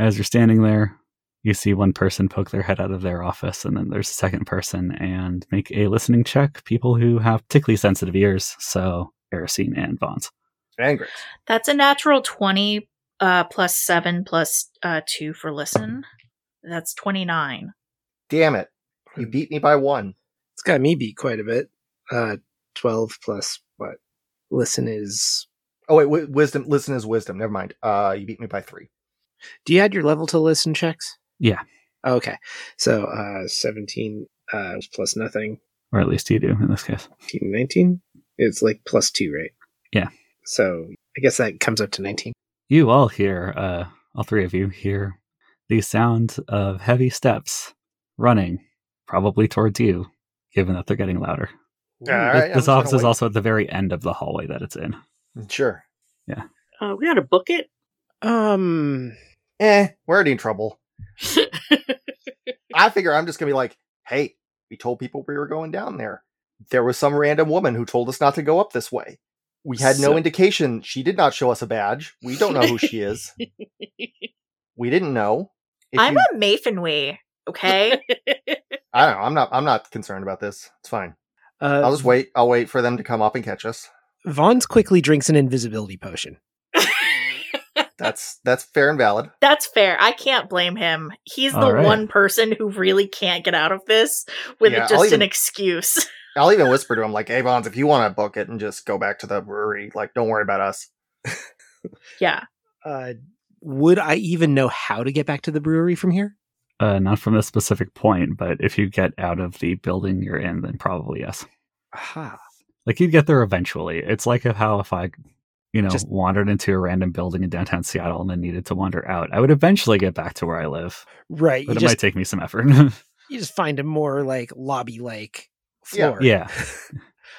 as you're standing there, you see one person poke their head out of their office, and then there's a second person, and make a listening check. People who have particularly sensitive ears, so Erisine and Vons. Angry. That's a natural 20 uh, plus 7 plus uh, 2 for listen. That's 29. Damn it. You Hmm. beat me by one. It's got me beat quite a bit. Uh, 12 plus what? Listen is. Oh wait, wi- wisdom. Listen is wisdom. Never mind. Uh, you beat me by three. Do you add your level to listen checks? Yeah. Okay. So uh, 17 uh, plus nothing. Or at least you do in this case. 18, 19? It's like plus 2, right? Yeah. So I guess that comes up to 19. You all hear, uh, all three of you hear the sound of heavy steps running, probably towards you, given that they're getting louder. All right, I'm just this gonna office is wait. also at the very end of the hallway that it's in. Sure. Uh, we gotta book it. Um. Eh, we're already in trouble. I figure I'm just gonna be like, hey, we told people we were going down there. There was some random woman who told us not to go up this way. We had no So- indication. She did not show us a badge. We don't know who she is. We didn't know. If I'm you- a Mafenwee, eh? [LAUGHS] [LAUGHS] okay? I don't know. I'm not. I'm not concerned about this. It's fine. Uh, I'll just wait. I'll wait for them to come up and catch us. Vaughn's quickly drinks an invisibility potion. That's that's fair and valid. That's fair. I can't blame him. He's the All right. one person who really can't get out of this with Yeah, I'll just even- an excuse. [LAUGHS] I'll even whisper to him, like, hey, Vons, if you want to book it and just go back to the brewery, like, don't worry about us. yeah. Uh, would I even know how to get back to the brewery from here? Uh, not from this specific point, but if you get out of the building you're in, then probably yes. Aha. Like you'd get there eventually. It's like if- how if I you know, Just- wandered into a random building in downtown Seattle and then needed to wander out, I would eventually get back to where I live. Right. But You it just, might take me some effort. [LAUGHS] you just find a more like lobby like Yeah. floor. yeah, [LAUGHS]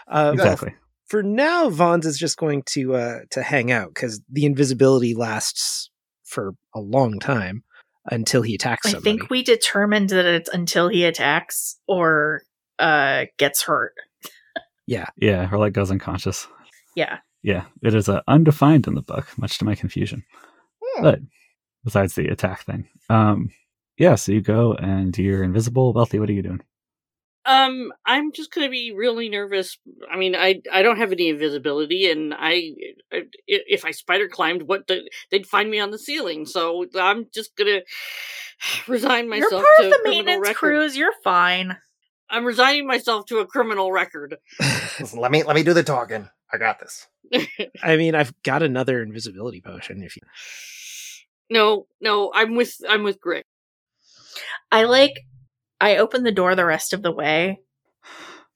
Uh, well, exactly. for now, Vons is just going to uh, to hang out because the invisibility lasts for a long time until he attacks. I Somebody. think we determined that it's until he attacks or uh, gets hurt. Yeah, or like goes unconscious. Yeah. Yeah, it is uh, undefined in the book, much to my confusion. Hmm. But besides the attack thing, um, yeah. So you go and you're invisible, wealthy. What are you doing? Um, I'm just gonna be really nervous. I mean, I I don't have any invisibility, and I, I if I spider climbed, what the, they'd find me on the ceiling. So I'm just gonna [SIGHS] resign myself. You're to part of the a criminal maintenance record. crews. You're fine. I'm resigning myself to a criminal record. [LAUGHS] Listen, let me let me do the talking. I got this. I mean, I've got another invisibility potion. [LAUGHS] If you, no, no, I'm with I'm with Grick. I like. I open the door the rest of the way.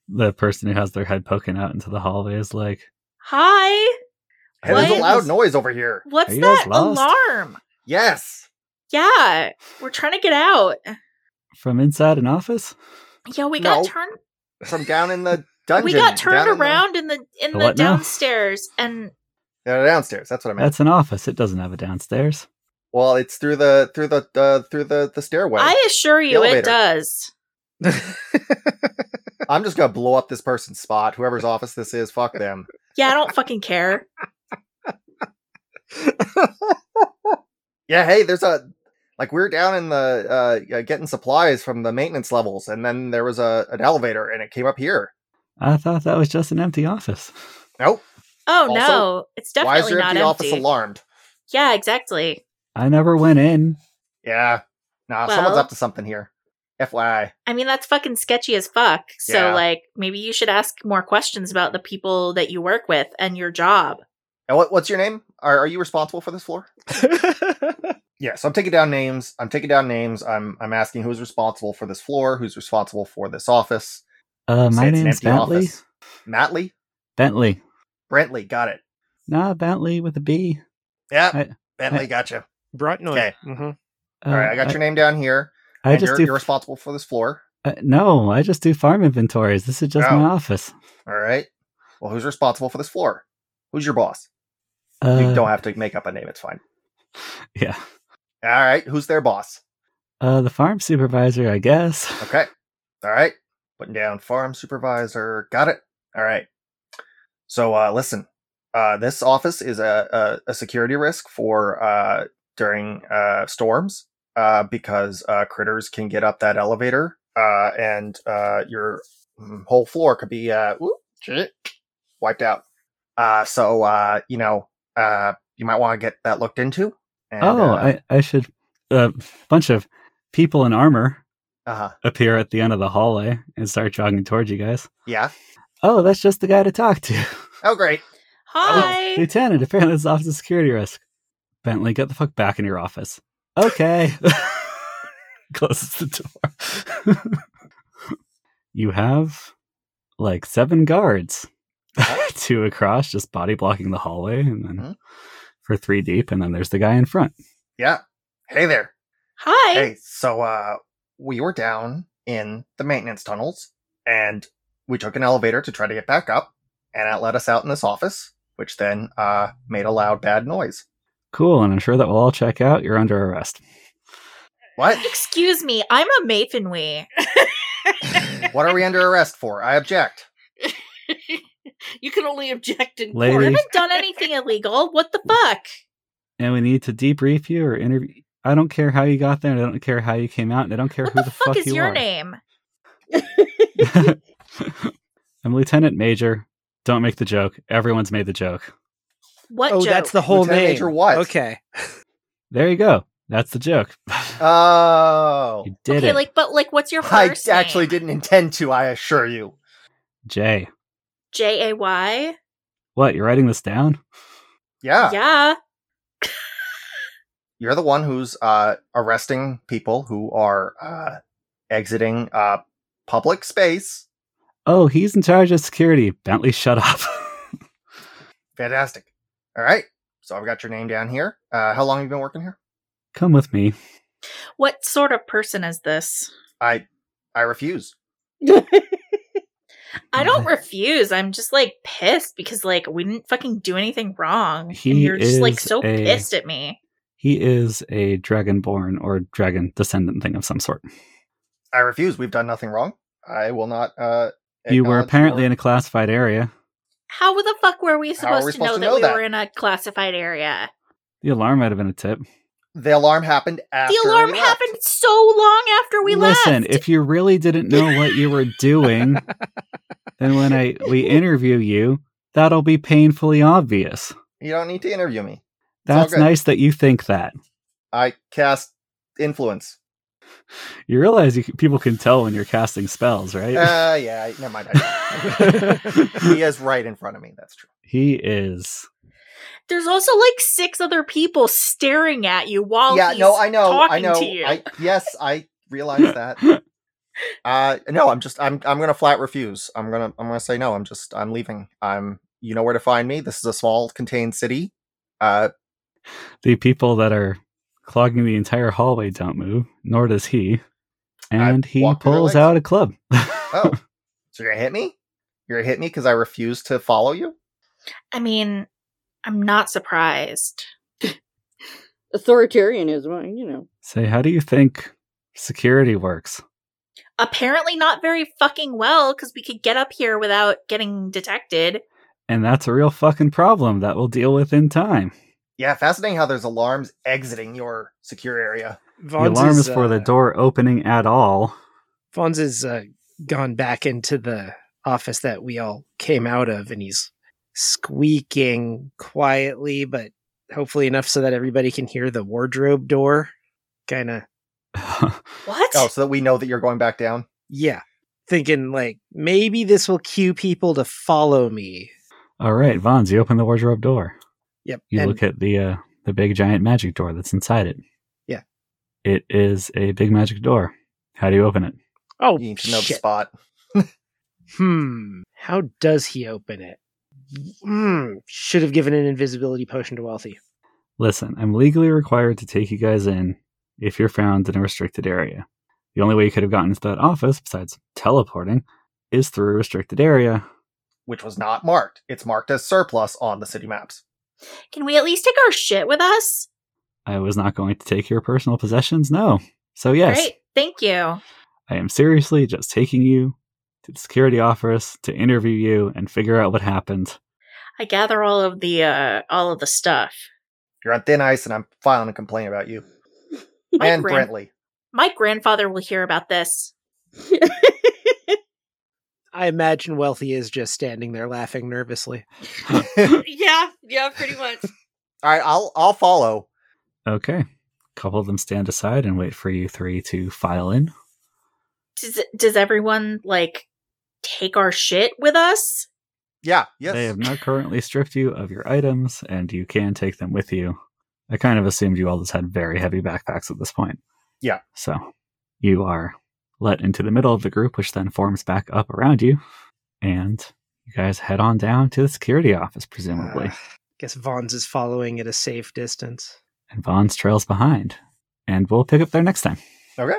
The person who has their head poking out into the hallway is like, Hi. Hey, Why there's a is- loud noise over here. What's Are you guys that lost? alarm? Yes. Yeah, we're trying to get out. from inside an office. Yeah, we got No. turned. From down in the [LAUGHS] dungeon. we got turned down in the- around in the in The the, what now? downstairs, and Yeah, downstairs. That's what I meant. That's an office. It doesn't have a downstairs. Well, it's through the through the uh, through the the stairway. I assure you, elevator. it does. I'm just gonna blow up this person's spot. Whoever's office this is, fuck them. Yeah, I don't fucking care. Yeah, hey, there's a like we we're down in the uh uh, getting supplies from the maintenance levels, and then there was a an elevator, and it came up here. I thought that was just an empty office. Nope. Oh Also, no, it's Why is definitely there not empty, office empty. alarmed? Yeah, exactly. I never went in. Yeah. Nah, someone's Well- up to something here. FYI. I mean, that's fucking sketchy as fuck. So, Yeah. like, maybe you should ask more questions about the people that you work with and your job. And what, what's your name? Are, are you responsible for this floor? Yeah, so I'm taking down names. I'm taking down names. I'm I'm asking who's responsible for this floor, who's responsible for this office. Uh, Say my it's an name's empty Bentley. office. Matley? Bentley. Brentley, got it. Nah, Bentley with a B. Yeah, I- Bentley, gotcha. brought noise. Okay. Mhm. Uh, All right, I got your name down here. I, and just you're, do. you're responsible for this floor. uh, no, I just do farm inventories. This is just Oh. my office. All right. Well, who's responsible for this floor? Who's your boss? Uh, you don't have to make up a name. It's fine. Yeah. All right. Who's their boss? Uh, the farm supervisor, I guess. Okay. All right. Putting down farm supervisor. Got it. All right. So uh, listen, uh, this office is a, a, a security risk for uh, during uh, storms uh, because uh, critters can get up that elevator uh, and uh, your mm, whole floor could be uh, whoop, shit, wiped out. Uh, so uh, you know uh, you might want to get that looked into. And, oh, uh, I, I should. A bunch of people in armor uh-huh. appear at the end of the hallway and start jogging towards you guys. yeah. Oh, that's just the guy to talk to. [LAUGHS] Oh, great. Hi. Lieutenant, apparently this is office of security risk. Bentley, get the fuck back in your office. Okay. [LAUGHS] Closes the door. [LAUGHS] you have like seven guards. [LAUGHS] Two across, just body blocking the hallway, and then Hmm. for three deep, and then there's the guy in front. Yeah. Hey there. Hi. Hey, so uh we were down in the maintenance tunnels and we took an elevator to try to get back up and it let us out in this office, which then uh made a loud bad noise. Cool, and I'm sure that we'll all check out. You're under arrest. What? [LAUGHS] Excuse me, I'm a Mapinwee. what are we under arrest for? I object. [LAUGHS] you can only object in Lady. I court. haven't done anything illegal. What the fuck? And we need to debrief you or interview. I don't care how you got there, and I don't care how you came out, and I don't care What who the, the fuck, is you your are. name? [LAUGHS] I'm Lieutenant Major. Don't make the joke. Everyone's made the joke. What oh, joke? that's the whole Lieutenant name. Major what? Okay. There you go. That's the joke. [LAUGHS] Oh. you did okay, it. like, but like, what's your I first actually name? didn't intend to, I assure you. Jay, J A Y. what? You're writing this down? Yeah. Yeah. You're the one who's uh arresting people who are uh exiting uh public space. Oh, he's in charge of security. Bentley, shut up. Fantastic. All right. So I've got your name down here. Uh, how long have you been working here? [LAUGHS] Come with me. What sort of person is this? I I refuse. I don't refuse. I'm just like pissed because like we didn't fucking do anything wrong. and He you're just like is so a- pissed at me. He is a dragonborn or dragon descendant thing of some sort. I refuse. We've done nothing wrong. I will not. Uh, You were acknowledge apparently your- in a classified area. How the fuck were we How are supposed, we to, know supposed to that know we that? were in a classified area? The alarm might have been a tip. the alarm happened after the alarm we left. happened so long after we Listen, left. if you really didn't know what you were [LAUGHS] doing, then when I [LAUGHS] we interview you, that'll be painfully obvious. You don't need to interview me. all That's good. nice that you think that. I cast [LAUGHS] influence. You realize you, c- people can tell when you're casting spells, right? Uh, yeah. I- Never mind. [LAUGHS] I- he is right in front of me. That's true. he is. There's also like six other people staring at you while yeah. he's No, I know. I talking know. to you. I yes. I realize that. Uh, no, I'm just. I'm. I'm gonna flat refuse. I'm gonna. I'm gonna say no. I'm just. I'm leaving. I'm. You know where to find me. This is a small, contained city. Uh, the people that are clogging the entire hallway don't move, nor does he. And he walked through their legs. pulls out a club. [LAUGHS] oh. so you're gonna hit me? You're gonna hit me because I refuse to follow you? I mean, I'm not surprised. Authoritarianism, you know. [LAUGHS] Say, how do you think security works? Apparently, not very fucking well because we could get up here without getting detected. And that's a real fucking problem that we'll deal with in time. Yeah. Fascinating how there's alarms exiting your secure area. The Vaughn's alarm is, is for the uh, door opening at all. [LAUGHS] Fonz has uh, gone back into the office that we all came out of, and he's squeaking quietly, but hopefully enough so that everybody can hear the wardrobe door. Kind of, What? Oh, so that we know that you're going back down. yeah, thinking like maybe this will cue people to follow me. all right, Vons, you open the wardrobe door. Yep. You and look at the uh, the big giant magic door that's inside it. Yeah. It is a big magic door. How do you open it? oh, You need to know the shit. spot. Hmm. How does he open it? Hmm. Should have given an invisibility potion to Wealthy. Listen, I'm legally required to take you guys in if you're found in a restricted area. The only way you could have gotten into that office, besides teleporting, is through a restricted area. which was not marked. It's marked as surplus on the city maps. Can we at least take our shit with us? I was not going to take your personal possessions, no. So, yes, Great. Thank you. I am seriously just taking you to the security office to interview you and figure out what [LAUGHS] happened. [LAUGHS] I gather all of the uh all of the stuff. You're on thin ice, and I'm filing a complaint about you My and gran- Brentley. My grandfather will hear about this. I imagine Wealthy is just standing there laughing nervously. yeah, yeah, pretty [LAUGHS] much. All right, I'll I'll follow. Okay. Couple of them stand aside and wait for you three to file in. Does does everyone like take our shit with us? Yeah, yes. They have not currently stripped you of your items, and you can take them with you. I kind of assumed you all just had very heavy backpacks at this point. Yeah. So you are let into the middle of the group, which then forms back up around you, and you guys head on down to the security office, presumably. Uh. Ah, guess Vaughn's is following at a safe distance. And Vaughn's trails behind. And we'll pick up there next time. Okay.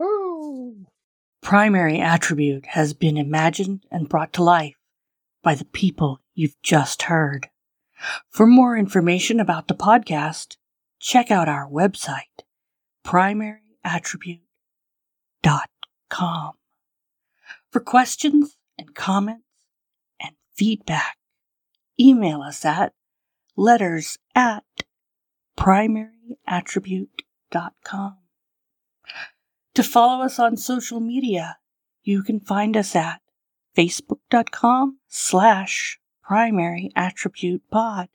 Woo. primary attribute has been imagined and brought to life by the people you've just heard. For more information about the podcast, check out our website, primaryattribute.com. For questions and comments and feedback, email us at letters at primaryattribute.com. To follow us on social media, you can find us at facebook.com slash primary attribute pod,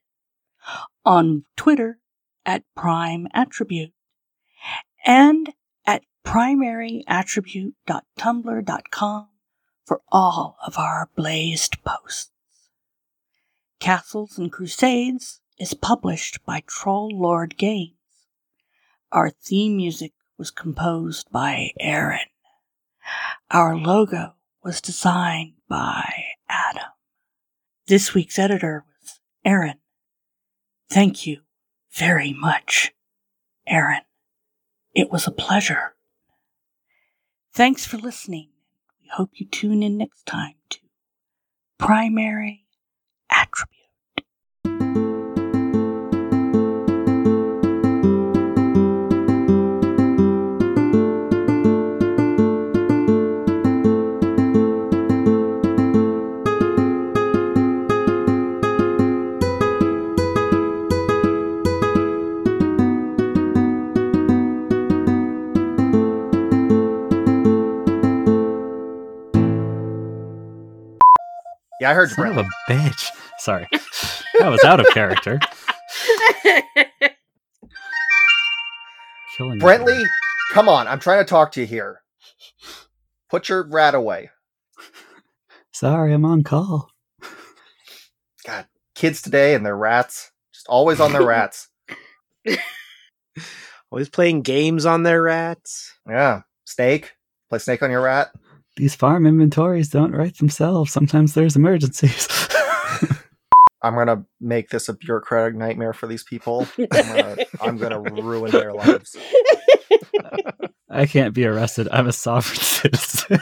on Twitter at prime attribute, and at primaryattribute.tumblr.com for all of our blazed posts. Castles and Crusades is published by Troll Lord Games. Our theme music was composed by Aaron. Our logo was designed by Adam. This week's editor was Aaron. Thank you very much, Aaron. It was a pleasure. Thanks for listening. We hope you tune in next time to Primary Attribute. Yeah, I heard Son of a Brett. bitch. [LAUGHS] Sorry. That was out of character. Killing Brentley, everyone. come on. I'm trying to talk to you here. Put your rat away. Sorry, I'm on call. Kids today and their rats. Just [LAUGHS] always on their rats. Always playing games on their rats. Yeah. Snake. Play snake on your rat. These farm inventories don't write themselves. Sometimes there's emergencies. [LAUGHS] I'm gonna make this a bureaucratic nightmare for these people. I'm gonna, I'm gonna ruin their lives. I can't be [LAUGHS] arrested. I'm a sovereign citizen.